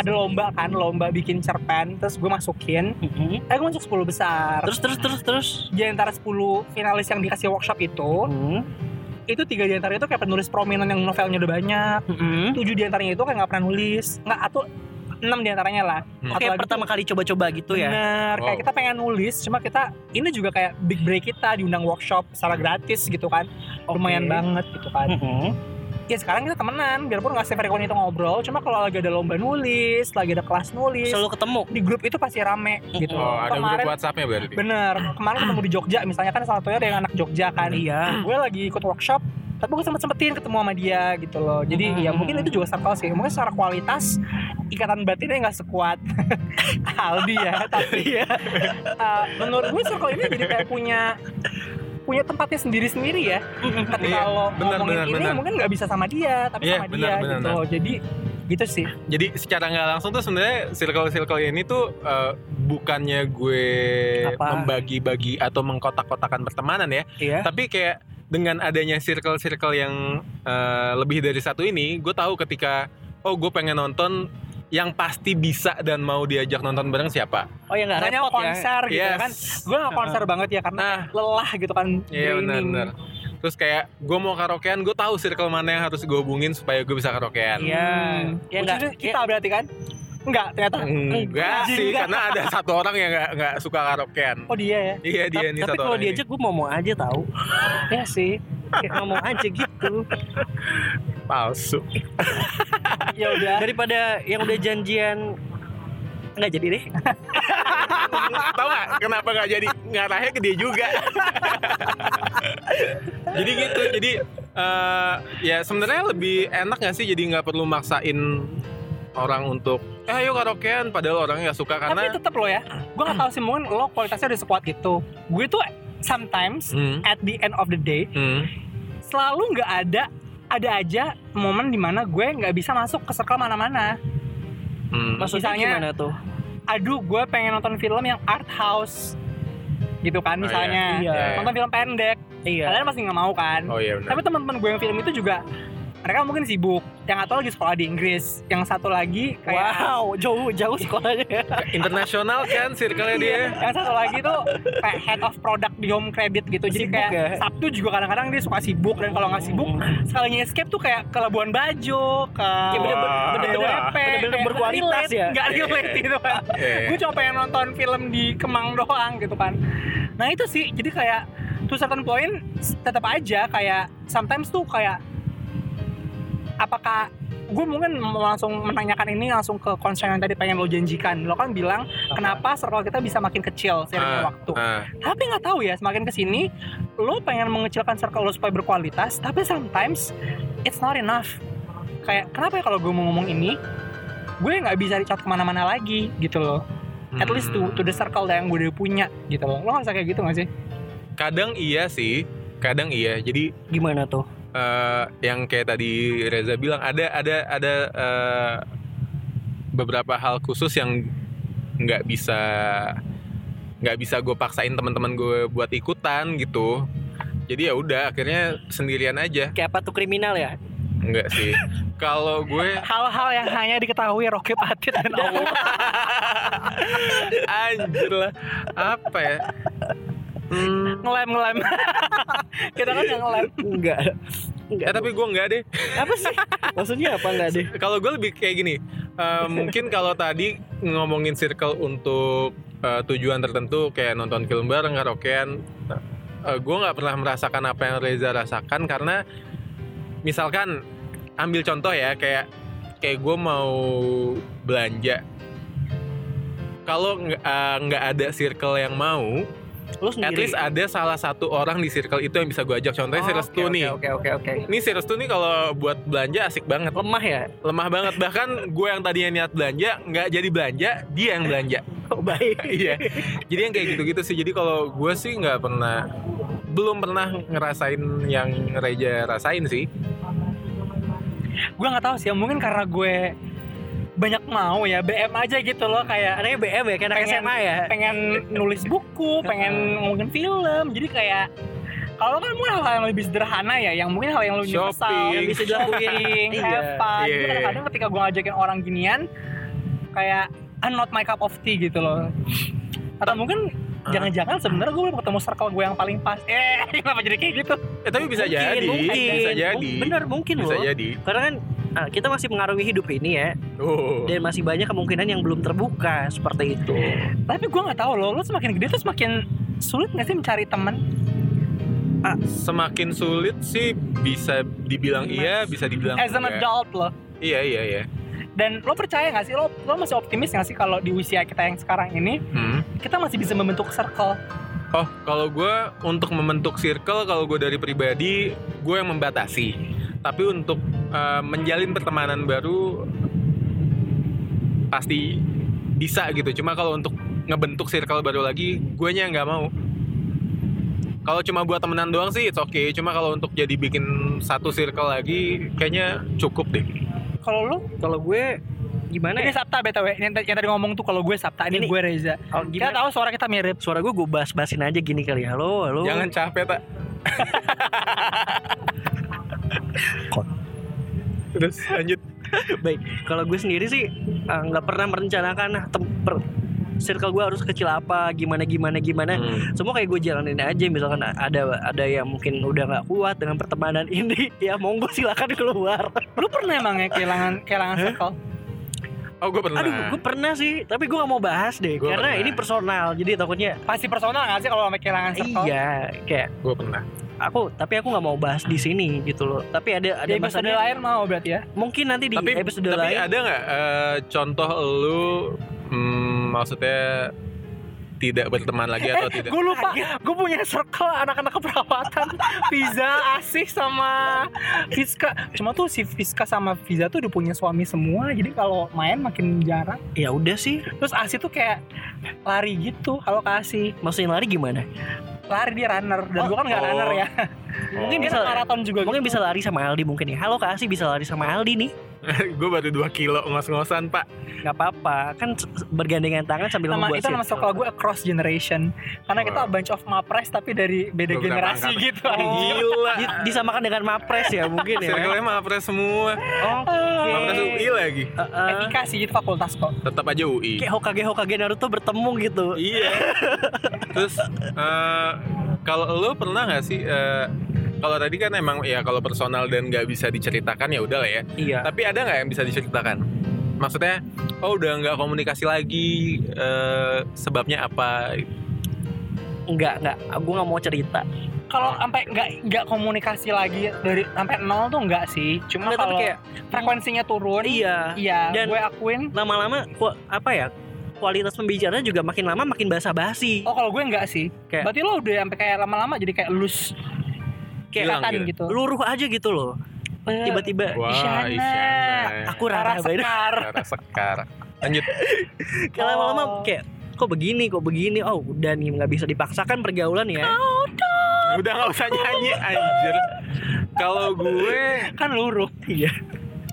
ada lomba kan, lomba bikin cerpen, terus gue masukin,
Mhm.
eh gue masuk 10 besar.
terus terus terus terus
di antara 10 finalis yang dikasih workshop itu,
Mhm.
itu tiga di antara itu kayak penulis prominent yang novelnya udah banyak.
Mhm.
Tujuh di antaranya itu kayak nggak pernah nulis, nggak atau enam di antaranya lah.
Hmm.
Atau
kayak
lagi
pertama kali coba-coba gitu ya
Bener, kayak
Wow.
kita pengen nulis, cuma kita ini juga kayak big break kita diundang workshop secara gratis gitu kan. Lumayan
Hmm. Oke.
banget gitu kan.
Mhm.
Ya sekarang kita temenan, biarpun nggak sefrekuensi itu ngobrol, cuma kalau lagi ada lomba nulis, lagi ada kelas nulis,
selalu ketemu
di grup itu pasti rame gitu.
Oh, ada
Kemarin-
grup WhatsAppnya berarti.
Bener, kemarin ketemu di Jogja misalnya kan salah satunya ada yang anak Jogja kan.
Hmm.
iya
Gue lagi ikut workshop, tapi gue sempet-sempetin ketemu sama dia gitu loh. Jadi ya
Hmm.
mungkin itu juga circle sih. Mungkin secara kualitas ikatan batinnya nggak sekuat Aldi ya. Tapi
iya
eh, menurut gue circle ini jadi kayak punya punya tempatnya sendiri-sendiri ya.
Mm-hmm.
Tapi
Iya,
kalau
benar,
ngomongin
benar,
ini
benar.
mungkin nggak bisa sama dia, tapi
Iya,
sama
benar,
dia
benar,
gitu. Jadi gitu sih.
Jadi secara nggak langsung tuh sebenarnya circle-circle ini tuh eh, bukannya gue
Apa?
membagi-bagi atau mengkotak-kotakan pertemanan ya,
iya
tapi kayak dengan adanya circle-circle yang eh, lebih dari satu ini, gue tahu ketika oh gue pengen nonton yang pasti bisa dan mau diajak nonton bareng siapa.
oh ya nggak
Makanya
repot ya
konser gitu ya kan. Gue nggak konser banget ya karena
Nah.
lelah gitu kan.
Iya
draining.
benar-benar. Terus kayak gue mau karaokean, gue tahu circle mana yang harus gue hubungin supaya gue bisa karaokean.
Iya.
Ya
Hmm.
Ya,
enggak.
nggak-
Kita berarti kan? Enggak, ternyata.
Enggak sih,
Enggak.
karena ada satu orang yang nggak nggak suka karaokean.
Oh dia ya.
Iya dia
tapi
ini
tapi
satu
kalau
orang. ini.
diajak gue mau mau aja tahu
Ya sih.
kayak ngomong aja gitu
palsu.
Ya udah.
daripada yang udah janjian nggak jadi deh
Tahu nggak kenapa nggak jadi ngarahnya ke dia juga? jadi gitu, jadi eh, ya sebenarnya lebih enak nggak sih jadi nggak perlu maksain orang untuk eh ayo karaokean padahal orangnya nggak suka
Tapi
karena
tetap lo ya. Gue nggak tahu sih mungkin lo kualitasnya udah sekuat itu. Gue tuh sometimes
Hmm,
at the end of the day
hmm.
selalu nggak ada ada aja momen dimana gue nggak bisa masuk ke circle mana-mana.
hmm.
maksudnya
Misalnya-
gimana tuh
Aduh, gue pengen nonton film yang art house gitu kan
Oh, iya.
misalnya.
Iya.
Nonton film pendek.
iya
Kalian pasti nggak mau kan?
Oh iya benar.
Tapi teman-teman gue yang film itu juga mereka mungkin sibuk. Yang atau lagi sekolah di Inggris, yang satu lagi kayak
wow jauh jauh sekolahnya
Internasional kan circle-nya dia.
iya, yang satu lagi tuh kayak head of product di home credit gitu. Jadi
Sibuk
kayak
ya? Oh.
Sabtu juga kadang-kadang dia suka sibuk dan kalau nggak sibuk sekalinya escape tuh kayak ke Labuan Bajo, ke
Ya,
bener- bener-
DWP,
bener-bener
kayak
berkualitas
relate,
ya?
Nggak
Iya,
relate
iya.
gitu kan.
Iya.
Gue cuma pengen nonton film di Kemang doang gitu kan. Nah itu sih, jadi kayak to certain point tetap aja kayak sometimes tuh kayak apakah gue mungkin mau langsung menanyakan ini langsung ke concern yang tadi pengen lo janjikan lo kan bilang kenapa circle kita bisa makin kecil seiring
Ah,
waktu
Ah,
tapi nggak tahu ya semakin kesini lo pengen mengecilkan circle lo supaya berkualitas tapi sometimes it's not enough kayak kenapa ya kalau gue mau ngomong ini gue nggak bisa dicat kemana-mana lagi gitu loh at least to,
hmm.
to the circle yang gue udah punya gitu loh lo ngerasa kayak gitu gak sih
Kadang iya sih, kadang iya. Jadi
gimana tuh
eh yang kayak tadi Reza bilang ada ada ada eh, beberapa hal khusus yang nggak bisa nggak bisa gue paksain teman-teman gue buat ikutan gitu jadi ya udah akhirnya sendirian aja
kayak apa tuh kriminal ya
nggak sih kalau gue
hal-hal yang hanya diketahui Rocky Patit dan Allah
anjir lah apa ya Hmm,
ngelem ngelem kita kan yang ngelem
enggak enggak
eh tapi gue nggak deh
apa sih maksudnya apa enggak deh
kalau gue lebih kayak gini eh, mungkin kalau tadi ngomongin circle untuk eh, tujuan tertentu kayak nonton film bareng karaokean eh, gue nggak pernah merasakan apa yang Reza rasakan karena misalkan ambil contoh ya kayak kayak gue mau belanja kalau nggak eh, nggak ada circle yang mau,
lu
at
sendiri
least ada salah satu orang di circle itu yang bisa gue ajak. Contohnya si
Oh,
Restu
oke,
nih.
oke oke oke
Nih si Restu nih kalau buat belanja asik banget
lemah ya
lemah banget bahkan gue yang tadinya niat belanja nggak jadi belanja dia yang belanja
oh, baik
iya jadi yang kayak gitu-gitu sih jadi kalau gue sih nggak pernah belum pernah ngerasain yang Reja rasain sih
gue nggak tahu sih ya, mungkin karena gue banyak mau ya BM aja gitu loh kayak
anaknya BM ya kayak anak
Pengen-
SMA ya
pengen nulis buku, pengen ngomongin film, jadi kayak Kalau kan mungkin hal yang lebih sederhana ya, yang mungkin hal yang lebih universal,
Shopping.
yang bisa dilakuin,
Iya.
have fun. Cuma
Iya.
Kadang-kadang ketika gue ngajakin orang ginian, kayak I'm not my cup of tea gitu loh. Atau mungkin jangan-jangan sebenarnya gue belum ketemu circle gue yang paling pas. Eh, kenapa jadi kayak gitu?
Eh, tapi bisa
Mungkin,
jadi,
mungkin.
bisa jadi.
Bener mungkin
bisa
loh.
jadi.
Karena kan ah, kita masih mengaruhi hidup ini ya,
Oh.
dan masih banyak kemungkinan yang belum terbuka seperti itu.
Tapi gue nggak tahu loh, lo semakin gede tuh semakin sulit nggak sih mencari teman?
Semakin sulit sih bisa dibilang iya, bisa dibilang
As an
enggak.
adult loh.
Iya, iya, iya.
Dan lo percaya nggak sih lo lo masih optimis nggak sih kalau di usia kita yang sekarang ini
Hmm.
kita masih bisa membentuk circle?
Oh, kalau gue untuk membentuk circle, kalau gue dari pribadi, gue yang membatasi. Tapi untuk eh, menjalin pertemanan baru, pasti bisa gitu. Cuma kalau untuk ngebentuk circle baru lagi, gue nya nggak mau. Kalau cuma buat temenan doang sih, it's okay. Cuma kalau untuk jadi bikin satu circle lagi, kayaknya cukup deh.
Kalau lo
Kalau gue gimana
ini
ya?
Sabta btw yang, tadi- yang tadi ngomong tuh kalau gue Sabta ini,
Ini-
gue Reza.
Oh,
Kita
gimana?
tahu suara kita mirip.
Suara gue gue bas-basin aja gini kali ya. Halo, halo.
Jangan capek tak.
Kon.
Terus lanjut.
Baik, kalau gue sendiri sih eh, nggak pernah merencanakan ah, tem- per- circle gue harus kecil apa, gimana gimana gimana.
Hmm.
Semua kayak gue jalanin aja misalkan a- ada ada yang mungkin udah nggak kuat dengan pertemanan ini, ya monggo silakan keluar.
Lo pernah emang ya kehilangan kehilangan circle?
Oh, gue pernah.
Aduh, gue pernah sih, tapi gue nggak mau bahas deh
Gue
karena
pernah.
ini personal. Jadi takutnya
Pasti personal nggak sih kalau sampai kehilangan circle?
iya kayak
Gue pernah.
aku tapi aku nggak mau bahas di sini gitu loh. Tapi ada ada
Di episode
masanya-
lain mau berarti ya?
mungkin nanti di
tapi
episode
tapi
lain.
ada nggak eh, contoh lu hmm, maksudnya tidak berteman lagi atau
eh,
tidak?
gue lupa.
Iya.
Gue punya circle anak-anak keperawatan. Fiza, Asih sama Fiska. Cuma tuh si Fiska sama Fiza tuh udah punya suami semua. Jadi kalau main makin jarang.
Ya udah sih,
Terus Asih tuh kayak lari gitu. Halo Kak Asih.
maksudnya lari gimana?
Lari dia runner. Dan gue kan nggak
Oh.
runner ya.
Mungkin
Dia kan
bisa.
maraton juga. gitu.
Mungkin bisa lari sama Aldi mungkin ya. Halo Kak Asi bisa lari sama Aldi nih.
gue Oh. baru 2 kilo ngos-ngosan pak.
nggak apa-apa kan se- bergandengan tangan sambil
nama
membuat
itu nama
circle.
sekolah gue across generation karena kita
Wah.
bunch of mapres tapi dari beda
Beberapa
generasi
angkatan.
gitu anjing.
Gila.
Di- disamakan dengan mapres ya Oh. mungkin ya
Circle-nya mapres semua.
oke
Mapres iya. UI lagi.
Eh, eh.
etika sih itu fakultas kok
Tetap aja UI.
kayak Hokage Hokage Naruto bertemu gitu
Iya. Terus eh, kalau lu pernah nggak sih eh, kalau tadi kan emang ya kalau personal dan nggak bisa diceritakan ya udah lah ya.
iya
Tapi ada nggak yang bisa diceritakan? Maksudnya, oh udah nggak komunikasi lagi, eh, sebabnya apa?
nggak nggak gue nggak mau cerita
kalau sampai nggak nggak komunikasi lagi dari sampai nol tuh nggak sih cuma
Nggak, tapi
kalau
kayak
frekuensinya turun
iya
iya gue
Dan-
akuin
lama-lama ku- apa ya kualitas pembicaraan juga makin lama makin basa-basi
oh kalau gue nggak sih
Kayak-
berarti lo udah sampai kayak lama-lama jadi kayak lus
Hilang
kayak
gitu.
gitu
luruh aja gitu loh
Eh,
tiba-tiba
Wah,
Isyana.
Isyana.
aku
Rara
rara banget
sekar
Rara sekar. Lanjut.
Kayak lama-lama kayak kok begini kok begini oh udah nih nggak bisa dipaksakan pergaulan ya
Udah nggak usah nyanyi, anjir. Kalau gue,
kan luruh
iya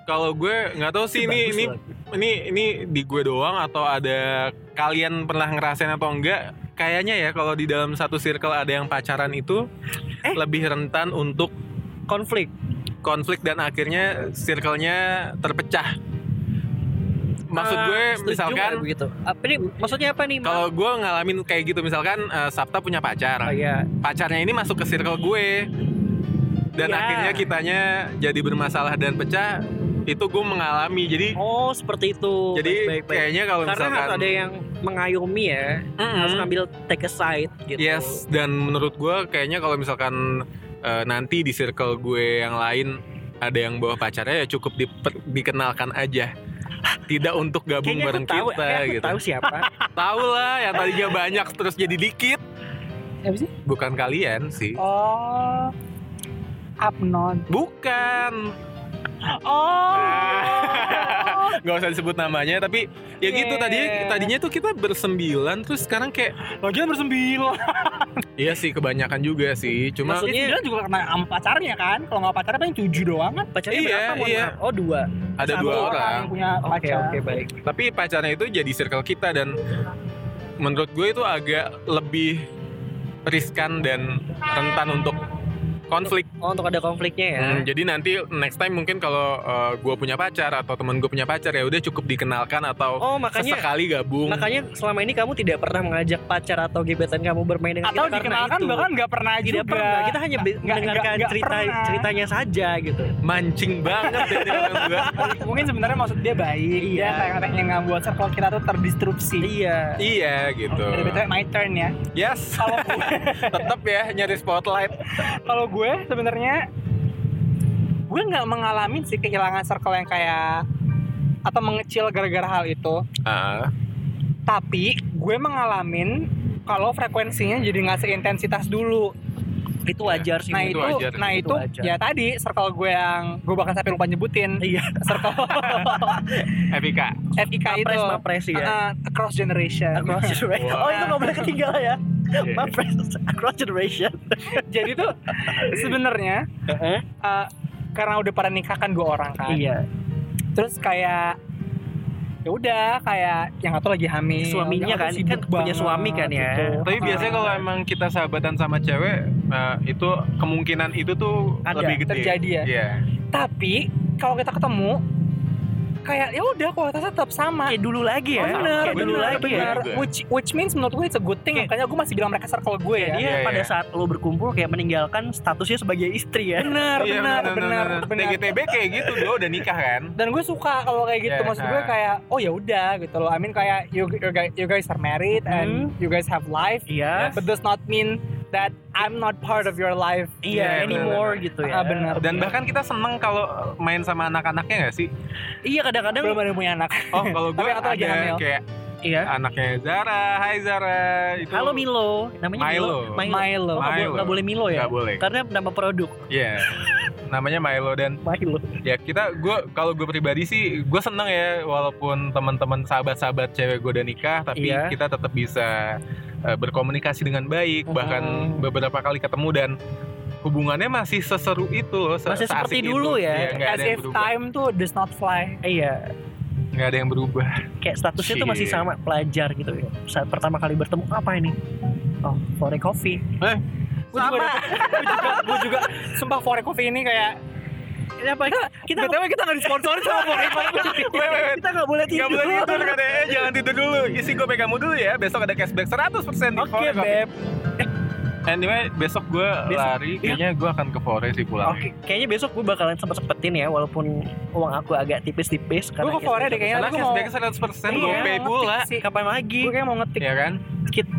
kalau gue nggak tahu sih ini
Bagus
ini
lah.
ini ini di gue doang atau ada kalian pernah ngerasain atau enggak? Kayaknya ya kalau di dalam satu circle ada yang pacaran itu
Eh.
lebih rentan untuk
konflik
konflik dan akhirnya circle-nya terpecah. Maksud
Ah,
gue
setuju
misalkan
nggak begitu apa ini maksudnya apa nih Mas?
kalau gue ngalamin kayak gitu misalkan eh, Sabta punya
oh,
pacar,
ya
pacarnya ini masuk ke circle gue dan
Iya.
akhirnya kitanya jadi bermasalah dan pecah itu gue mengalami jadi
oh seperti itu
jadi
Baik, baik, baik.
kayaknya kalau
karena
misalkan
harus ada yang mengayomi ya
Mm-mm.
harus ngambil take a side gitu
Yes, dan menurut gue kayaknya kalau misalkan eh, nanti di circle gue yang lain ada yang bawa pacarnya ya cukup diper- dikenalkan aja. Tidak untuk gabung
kayaknya aku
bareng
tahu
kita
kayaknya aku
gitu.
tahu siapa
Tahu lah yang tadinya banyak terus jadi dikit.
apa sih
Bukan kalian sih.
oh Abnon
Bukan.
oh
Ah. nggak usah disebut namanya tapi ya gitu
Yeah.
tadinya tadinya tuh kita bersembilan terus sekarang kayak
lagian bersembilan
iya sih kebanyakan juga sih. Cuma
Maksudnya-
Maksudnya Iya. juga kena sama pacarnya kan. Kalau nggak pacarnya paling tujuh doang kan.
pacarnya
Iya,
berapa mohon
iya.
maaf? oh dua
ada
Satu
dua orang.
yang punya
oke
pacar.
oke baik
tapi pacarnya itu jadi circle kita dan menurut gue itu agak lebih riskan dan rentan untuk konflik.
Oh, untuk ada konfliknya ya.
Hmm, jadi nanti next time mungkin kalau eh, gua punya pacar atau temen gue punya pacar ya udah cukup dikenalkan atau
Oh, makanya
sesekali gabung.
makanya selama ini kamu tidak pernah mengajak pacar atau gebetan kamu bermain dengan
Atau
kita karena
dikenalkan
itu.
bahkan nggak pernah
tidak
juga.
pernah. Kita hanya be-
Nggak- nggak-
mendengarkan
nggak
cerita
pernah.
ceritanya saja gitu.
Mancing banget ya deh ini orang gua.
Mungkin sebenarnya maksud dia baik.
Iya.
Dia pengen- pengen nggak buat circle kita tuh terdistrupsi.
Iya.
Iya gitu.
Jadi btw my turn ya.
Yes,
Kalau gue,
tetap ya nyari spotlight.
kalau gue sebenarnya gue nggak mengalami sih kehilangan circle yang kayak atau mengecil gara-gara hal itu.
Ah,
Tapi gue mengalamin kalau frekuensinya jadi nggak seintensitas dulu.
Itu wajar sih.
nah
itu
itu,
wajar.
nah itu,
Itu wajar.
ya tadi circle gue yang gue bahkan sampai lupa nyebutin
Iya.
circle
Epika.
FIK itu
Mapres mapres ya.
uh, across generation.
Across generation.
Wah.
Oh itu nggak boleh ketinggalan ya.
Iya.
Mapres across generation.
jadi tuh sebenarnya uh, karena udah pada nikah kan dua orang kan.
Iya.
Terus kayak ya udah kayak yang satu lagi hamil.
Suaminya
yang satu
kan,
sibuk
kan punya
banget gitu.
suami kan ya.
Tapi biasanya kalau emang kita sahabatan sama cewek, eh, itu kemungkinan itu tuh
Ada,
lebih gede.
terjadi ya.
Iya.
Tapi kalau kita ketemu kayak ya udah kualitasnya tetap sama.
Kayak dulu lagi ya.
Oh, benar,
Kayak dulu
benar,
lagi ya.
benar.
Juga.
Which, which means menurut gue it's a good thing.
Kayak-
Makanya gue masih bilang mereka circle gue
Kayak
ya.
dia
Iya,
pada
iya.
saat lo berkumpul kayak meninggalkan statusnya sebagai istri ya.
Benar,
Iya,
benar, benar, benar.
TGTB kayak gitu, dia udah nikah kan.
dan gue suka kalau kayak gitu
Yeah,
maksud gue
nah.
kayak oh ya udah gitu loh I mean kayak you you guys, you guys are married
Mm-hmm.
and you guys have life
Iya.
but does not mean that I'm not part of your life
Iya
Iya,
anymore
benar.
gitu
Ah,
ya.
benar.
Dan bahkan kita seneng kalau main sama anak-anaknya nggak sih?
Iya kadang-kadang.
belum ada yang punya anak
Oh, kalau gue
Tapi atau
ada
lagi hamil.
kayak
Iya.
anaknya Zara, Hai Zara, itu
Halo Milo, namanya
Milo.
Milo. Milo.
Milo
Milo.
Oh, nggak boleh- nggak boleh Milo ya?
nggak boleh.
Karena nama produk
Iya. Namanya Milo dan
Milo.
ya kita gue kalau gue pribadi sih gue seneng ya walaupun teman-teman sahabat-sahabat cewek gue udah nikah tapi
Iya.
kita tetap bisa eh, berkomunikasi dengan baik bahkan
Mhm.
beberapa kali ketemu dan hubungannya masih seseru itu loh se-
Masih seperti
seasik
dulu
itu.
ya.
Iya, nggak
as
ada yang
if
berubah
time tuh does not fly
Iya,
nggak ada yang berubah
kayak statusnya tuh masih
Shit.
sama pelajar gitu ya. Saat pertama kali bertemu apa ini? Oh, Fore Coffee.
gue juga, gue juga, gue juga sumpah Forex Coffee ini kayak
Ini apa? Kita kita
btw kita nggak disponsori sama Forex
Wait, wait, wait.
kita nggak boleh tidur.
Gak boleh tidur katanya, eh, jangan tidur dulu. Isi gue kamu dulu ya. Besok ada cashback 100% di
Oke,
Forex.
Beb.
Anyway, besok gue
Besok.
lari. Kayaknya gue akan ke Forex sih pulang.
Oke, kayaknya besok gue bakalan sempet-sempetin ya walaupun uang aku agak tipis-tipis
gue ke Forex deh kayaknya
Karena
gue mau
cashback 100%
Iya,
gue pay
mau
pula.
ngetik sih.
Kapan lagi?
gue kayak mau ngetik
Iya kan?
Kit-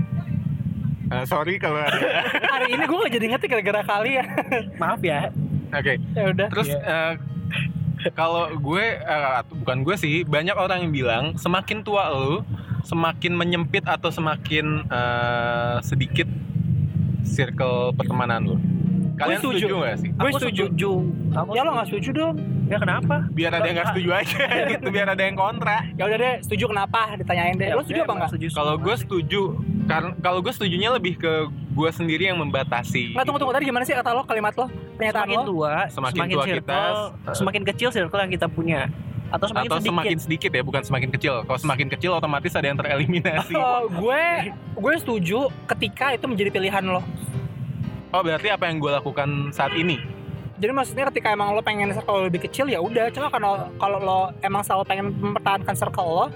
Eh, sorry kalau ada.
hari ini gue gak jadi ngetik gara-gara kalian
Maaf ya.
Oke,
ya udah
terus
Iya.
eh, kalau gue eh, atau bukan gue sih, banyak orang yang bilang semakin tua lu, semakin menyempit atau semakin eh, sedikit circle pertemanan lu. Kalian
setuju.
setuju nggak sih?
Gue
Aku
setuju.
Aku
ya lo gak setuju dong
Ya kenapa?
biar ada yang nggak setuju aja
Iya.
gitu biar ada yang kontra
ya udah deh setuju kenapa ditanyain
Ya,
deh lo setuju apa enggak
Setuju
kalau
semua.
gue setuju karena kalau gue setujunya lebih ke gue sendiri yang membatasi
Nggak, Nah, tunggu tunggu tadi gimana sih kata lo kalimat lo pernyataan
semakin
lo
tua,
Semakin
semakin,
tua
circle,
kita, eh,
semakin kecil circle yang kita punya atau semakin
atau
sedikit.
semakin sedikit ya bukan semakin kecil kalau semakin kecil otomatis ada yang tereliminasi
Oh, gue gue setuju ketika itu menjadi pilihan lo
oh berarti apa yang gue lakukan saat ini
jadi maksudnya ketika emang lo pengen circle lo lebih kecil ya udah cuma kalau kalau lo emang selalu pengen mempertahankan circle lo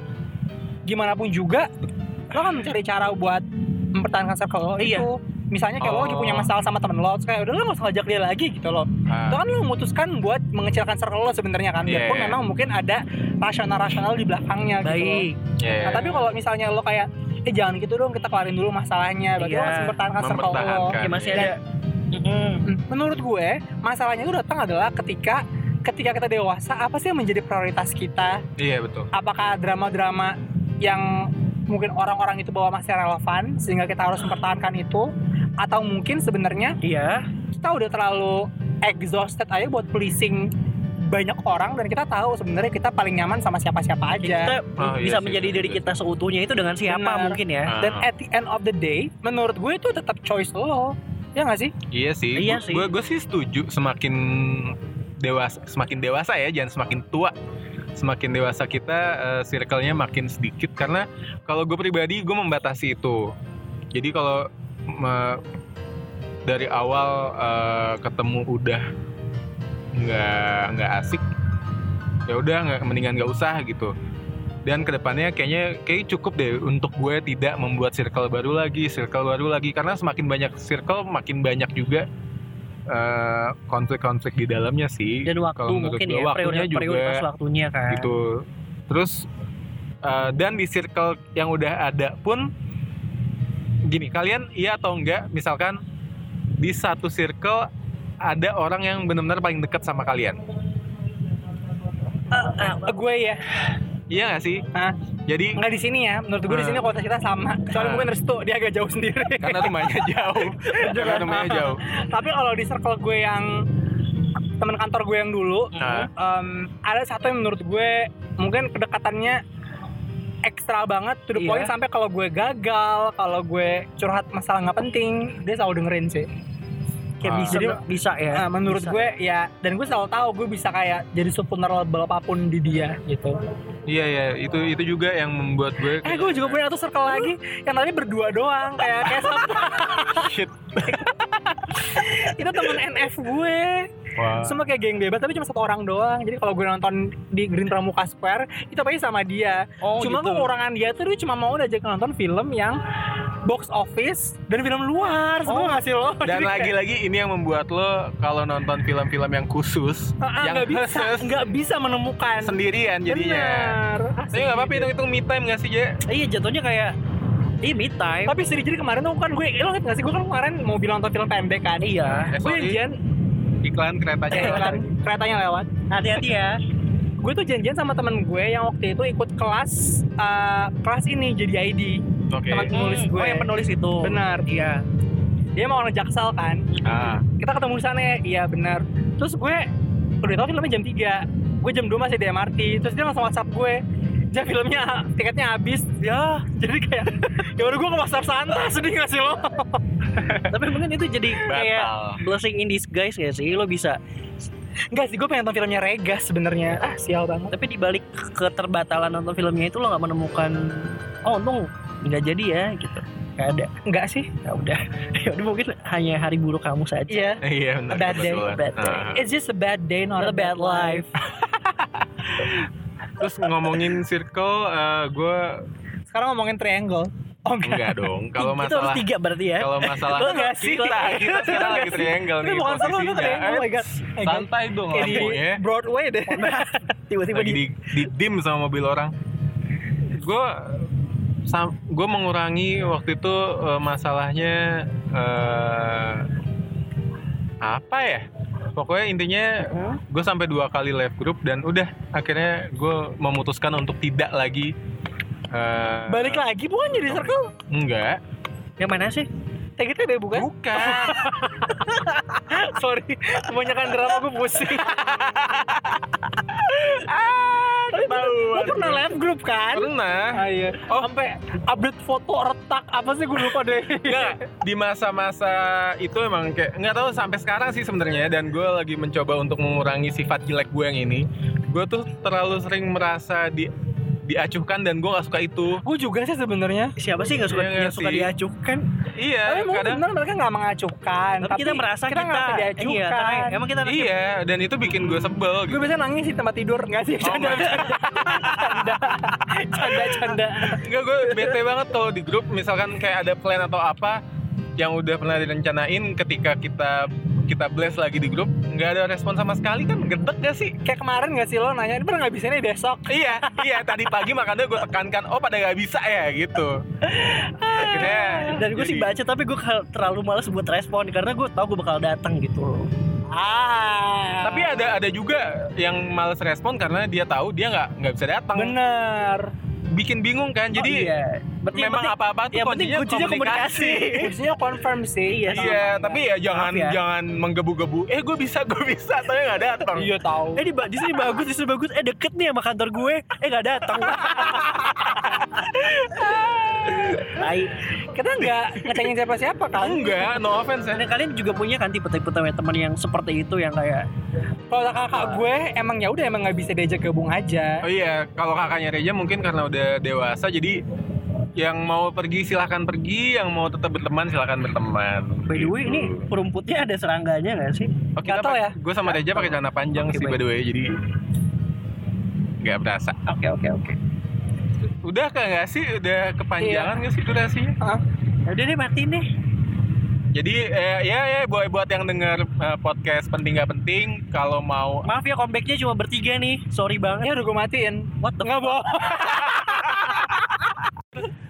gimana pun juga lo kan mencari cara buat mempertahankan circle lo
Iya.
itu misalnya kayak
Oh.
lo lagi punya masalah sama temen lo terus kayak udah lo gak usah ngajak dia lagi gitu lo itu
Ah,
kan lo memutuskan buat mengecilkan circle lo sebenarnya kan
Iya,
biarpun
iya.
memang mungkin ada rasional-rasional di belakangnya gitu loh.
Baik.
ya.
Nah, tapi kalau misalnya lo kayak eh jangan gitu dong kita kelarin dulu masalahnya berarti
Iya.
lo masih mempertahankan circle lo
Mempertahankan.
Ya masih ada. Mm-mm.
Hmm, menurut gue masalahnya itu datang adalah ketika ketika kita dewasa apa sih yang menjadi prioritas kita
iya betul
apakah drama-drama yang mungkin orang-orang itu bawa masih relevan sehingga kita harus mempertahankan itu atau mungkin sebenarnya
Iya.
kita udah terlalu exhausted aja buat pleasing banyak orang dan kita tahu sebenarnya kita paling nyaman sama siapa-siapa
Jadi
aja
Kita
Oh, iya
bisa
sih,
menjadi
benar
diri
juga
kita seutuhnya itu dengan siapa
Ya. Benar.
mungkin ya.
Ah,
dan at the end of the day menurut gue itu tetap choice lo ya nggak sih
iya sih
Iya sih.
gue sih setuju semakin dewasa semakin dewasa ya jangan semakin tua semakin dewasa kita eh, circle-nya makin sedikit karena kalau gue pribadi gue membatasi itu jadi kalau me- dari awal eh, ketemu udah nggak nggak asik ya udah nggak mendingan nggak usah gitu dan kedepannya kayaknya kayak cukup deh untuk gue tidak membuat circle baru lagi circle baru lagi karena semakin banyak circle makin banyak juga eh, konflik-konflik di dalamnya sih
dan waktu
Kalau menurut
mungkin
gua,
ya
waktunya
prioritas,
juga
prioritas waktunya kan
gitu terus eh, dan di circle yang udah ada pun gini kalian iya atau enggak misalkan di satu circle ada orang yang benar-benar paling dekat sama kalian
Ah,
Eh, eh, gue ya
iya nggak sih
Hah?
jadi
nggak di sini ya menurut gue
Ah.
di sini
Hmm.
kualitas kita sama kecuali
Hmm.
mungkin restu dia agak jauh sendiri
karena rumahnya jauh karena rumahnya jauh
tapi kalau di circle gue yang teman kantor gue yang dulu
Nah.
em, ada satu yang menurut gue mungkin kedekatannya ekstra banget to the
Iya.
point sampai kalau gue gagal kalau gue curhat masalah nggak penting dia selalu dengerin sih
kayak
Ah.
bisa
Jadi-
bisa ya
Nah, menurut
bisa.
gue ya dan gue selalu tahu gue bisa kayak jadi vulnerable apapun di dia gitu
iya iya itu itu juga yang membuat gue
eh gue juga punya satu circle lagi yang tadi berdua doang kayak kayak sama.
shit
itu teman NF gue
wah
semua kayak geng bebas tapi cuma satu orang doang jadi kalau gue nonton di Green Pramuka Square itu pasti sama dia
oh,
cuma
gitu.
kekurangan dia tuh dia cuma mau diajak nonton film yang box office dan film luar semua
Oh.
nggak sih lo
dan
Jadi kayak,
lagi-lagi ini yang membuat lo kalau nonton film-film yang khusus
"Ah,
yang
nggak bisa
khusus
nggak bisa menemukan
sendirian jadinya
Benar.
tapi nggak apa-apa hitung-hitung me time nggak sih ya
iya jatuhnya kayak iya me time
tapi sedih jadi kemarin tuh kan gue eh, lo inget gak sih gue kan kemarin mau bilang nonton film pendek kan
iya
gue janjian
iklan keretanya
eh, kan, keretanya lewat
hati-hati ya
gue tuh janjian sama temen gue yang waktu itu ikut kelas eh, kelas ini jadi ID
oke
teman penulis
Hmm,
gue
oh yang penulis itu
benar
iya
dia mau orang jaksel kan
ah
kita ketemu di sana ya iya benar terus gue udah tau filmnya jam 3 gue jam 2 masih di MRT terus dia langsung whatsapp gue jam filmnya tiketnya habis ya jadi kayak ya udah gue ke pasar santai sedih gak sih lo
tapi mungkin itu jadi kayak blessing in disguise ya sih lo bisa
enggak sih gue pengen nonton filmnya Regas sebenarnya ah sial banget
tapi dibalik keterbatalan nonton filmnya itu lo nggak menemukan oh untung nggak jadi ya gitu nggak ada
enggak sih
ya udah ya udah mungkin hanya hari buruk kamu saja
iya
iya benar
A bad day,
kebetulan.
a bad day.
Ah.
it's just a bad day not,
Not a bad life.
terus ngomongin circle eh, gue
sekarang ngomongin triangle oh enggak
enggak dong kalau
Itu harus
masalah
tiga berarti ya
kalau masalah
Lo nggak sih?
kita kita
Lo
sekarang
nggak
lagi
sih?
triangle
Ini
nih
bukan seru, itu
posisinya
triangle, oh my God.
Eh, santai dong ya.
kayak di
lampunya
Broadway deh
Oh, nah. tiba-tiba
lagi
di
di, di dim sama mobil orang gue gue mengurangi waktu itu eh, masalahnya eh, apa ya pokoknya intinya gue sampai dua kali live group dan udah akhirnya gue memutuskan untuk tidak lagi eh,
balik lagi bukan jadi circle
enggak
yang mana sih
TGTB bukan
bukan
Sorry, kebanyakan drama gue pusing. Tapi
ketahuan.
lu pernah live group kan?
pernah
Ah, iya.
Oh.
Sampai update foto retak apa sih gue lupa deh.
Enggak, di masa-masa itu emang kayak nggak tahu sampai sekarang sih sebenarnya dan gue lagi mencoba untuk mengurangi sifat jelek gue yang ini. Gue tuh terlalu sering merasa di diacuhkan dan gue nggak suka itu.
gue juga sih sebenarnya.
siapa sih nggak suka
Iya nggak
yang suka
sih?
diacuhkan
Iya,
Tapi mungkin
kadang
benar mereka nggak mengacukan.
tapi, kita merasa kita,
kita ngerasa diacukan.
iya, karena emang kita
iya dan itu bikin gue sebel
Gue
gitu.
biasanya nangis di tempat tidur nggak sih?
Oh
Canda,
my God.
canda, canda, canda.
Enggak, gue bete banget kalau di grup misalkan kayak ada plan atau apa yang udah pernah direncanain ketika kita kita bless lagi di grup nggak ada respon sama sekali kan gedek gak sih
Kayak kemarin nggak sih lo nanya, ini pernah nggak bisa nih besok?
iya iya tadi pagi makanya gue tekankan oh pada nggak bisa ya gitu akhirnya
Ah, dan gue sih
jadi-
baca tapi gue kal- terlalu malas buat respon karena gue tau gue bakal datang gitu loh
Ah.
tapi ada ada juga yang males respon karena dia tahu dia nggak nggak bisa datang
bener.
bikin bingung kan jadi
Oh, iya. Berarti yang
memang
penting-
apa apa tuh
yang penting
kuncinya
kuncinya komunikasi.
Kuncinya confirm sih. sama
iya
enggak.
tapi ya jangan
Maaf ya.
jangan menggebu-gebu eh gue bisa gue bisa tapi nggak datang
Iya tahu.
eh di ba- justru ini bagus justru bagus eh deket nih sama kantor gue eh nggak datang Baik.
kita nggak ngecengin siapa siapa kan?
enggak no offense ya
Dan kalian juga punya kan tipe-tipe teman yang seperti itu yang kayak
Kalau kakak gue emang ya udah emang
Iya.
nggak bisa diajak gabung aja.
oh iya kalau kakaknya Reja mungkin karena udah dewasa jadi yang mau pergi silahkan pergi, yang mau tetap berteman silahkan berteman.
By the way, ini
Gitu.
rumputnya ada serangganya nggak sih?
Oke,
Nggak tahu ya.
Gue sama
Nggak
Deja
tahu.
pakai celana panjang
Oke,
sih by
baik.
the way, jadi nggak berasa.
Oke oke oke.
Udah kah nggak sih? Udah
Iya.
kepanjangan nggak sih durasinya?
Ya Udah deh matiin deh.
Jadi eh, ya ya buat buat yang denger eh, podcast penting nggak penting, kalau mau
Maaf ya comebacknya cuma bertiga nih. Sorry banget.
Ya udah gue matiin.
What the
Nggak bohong.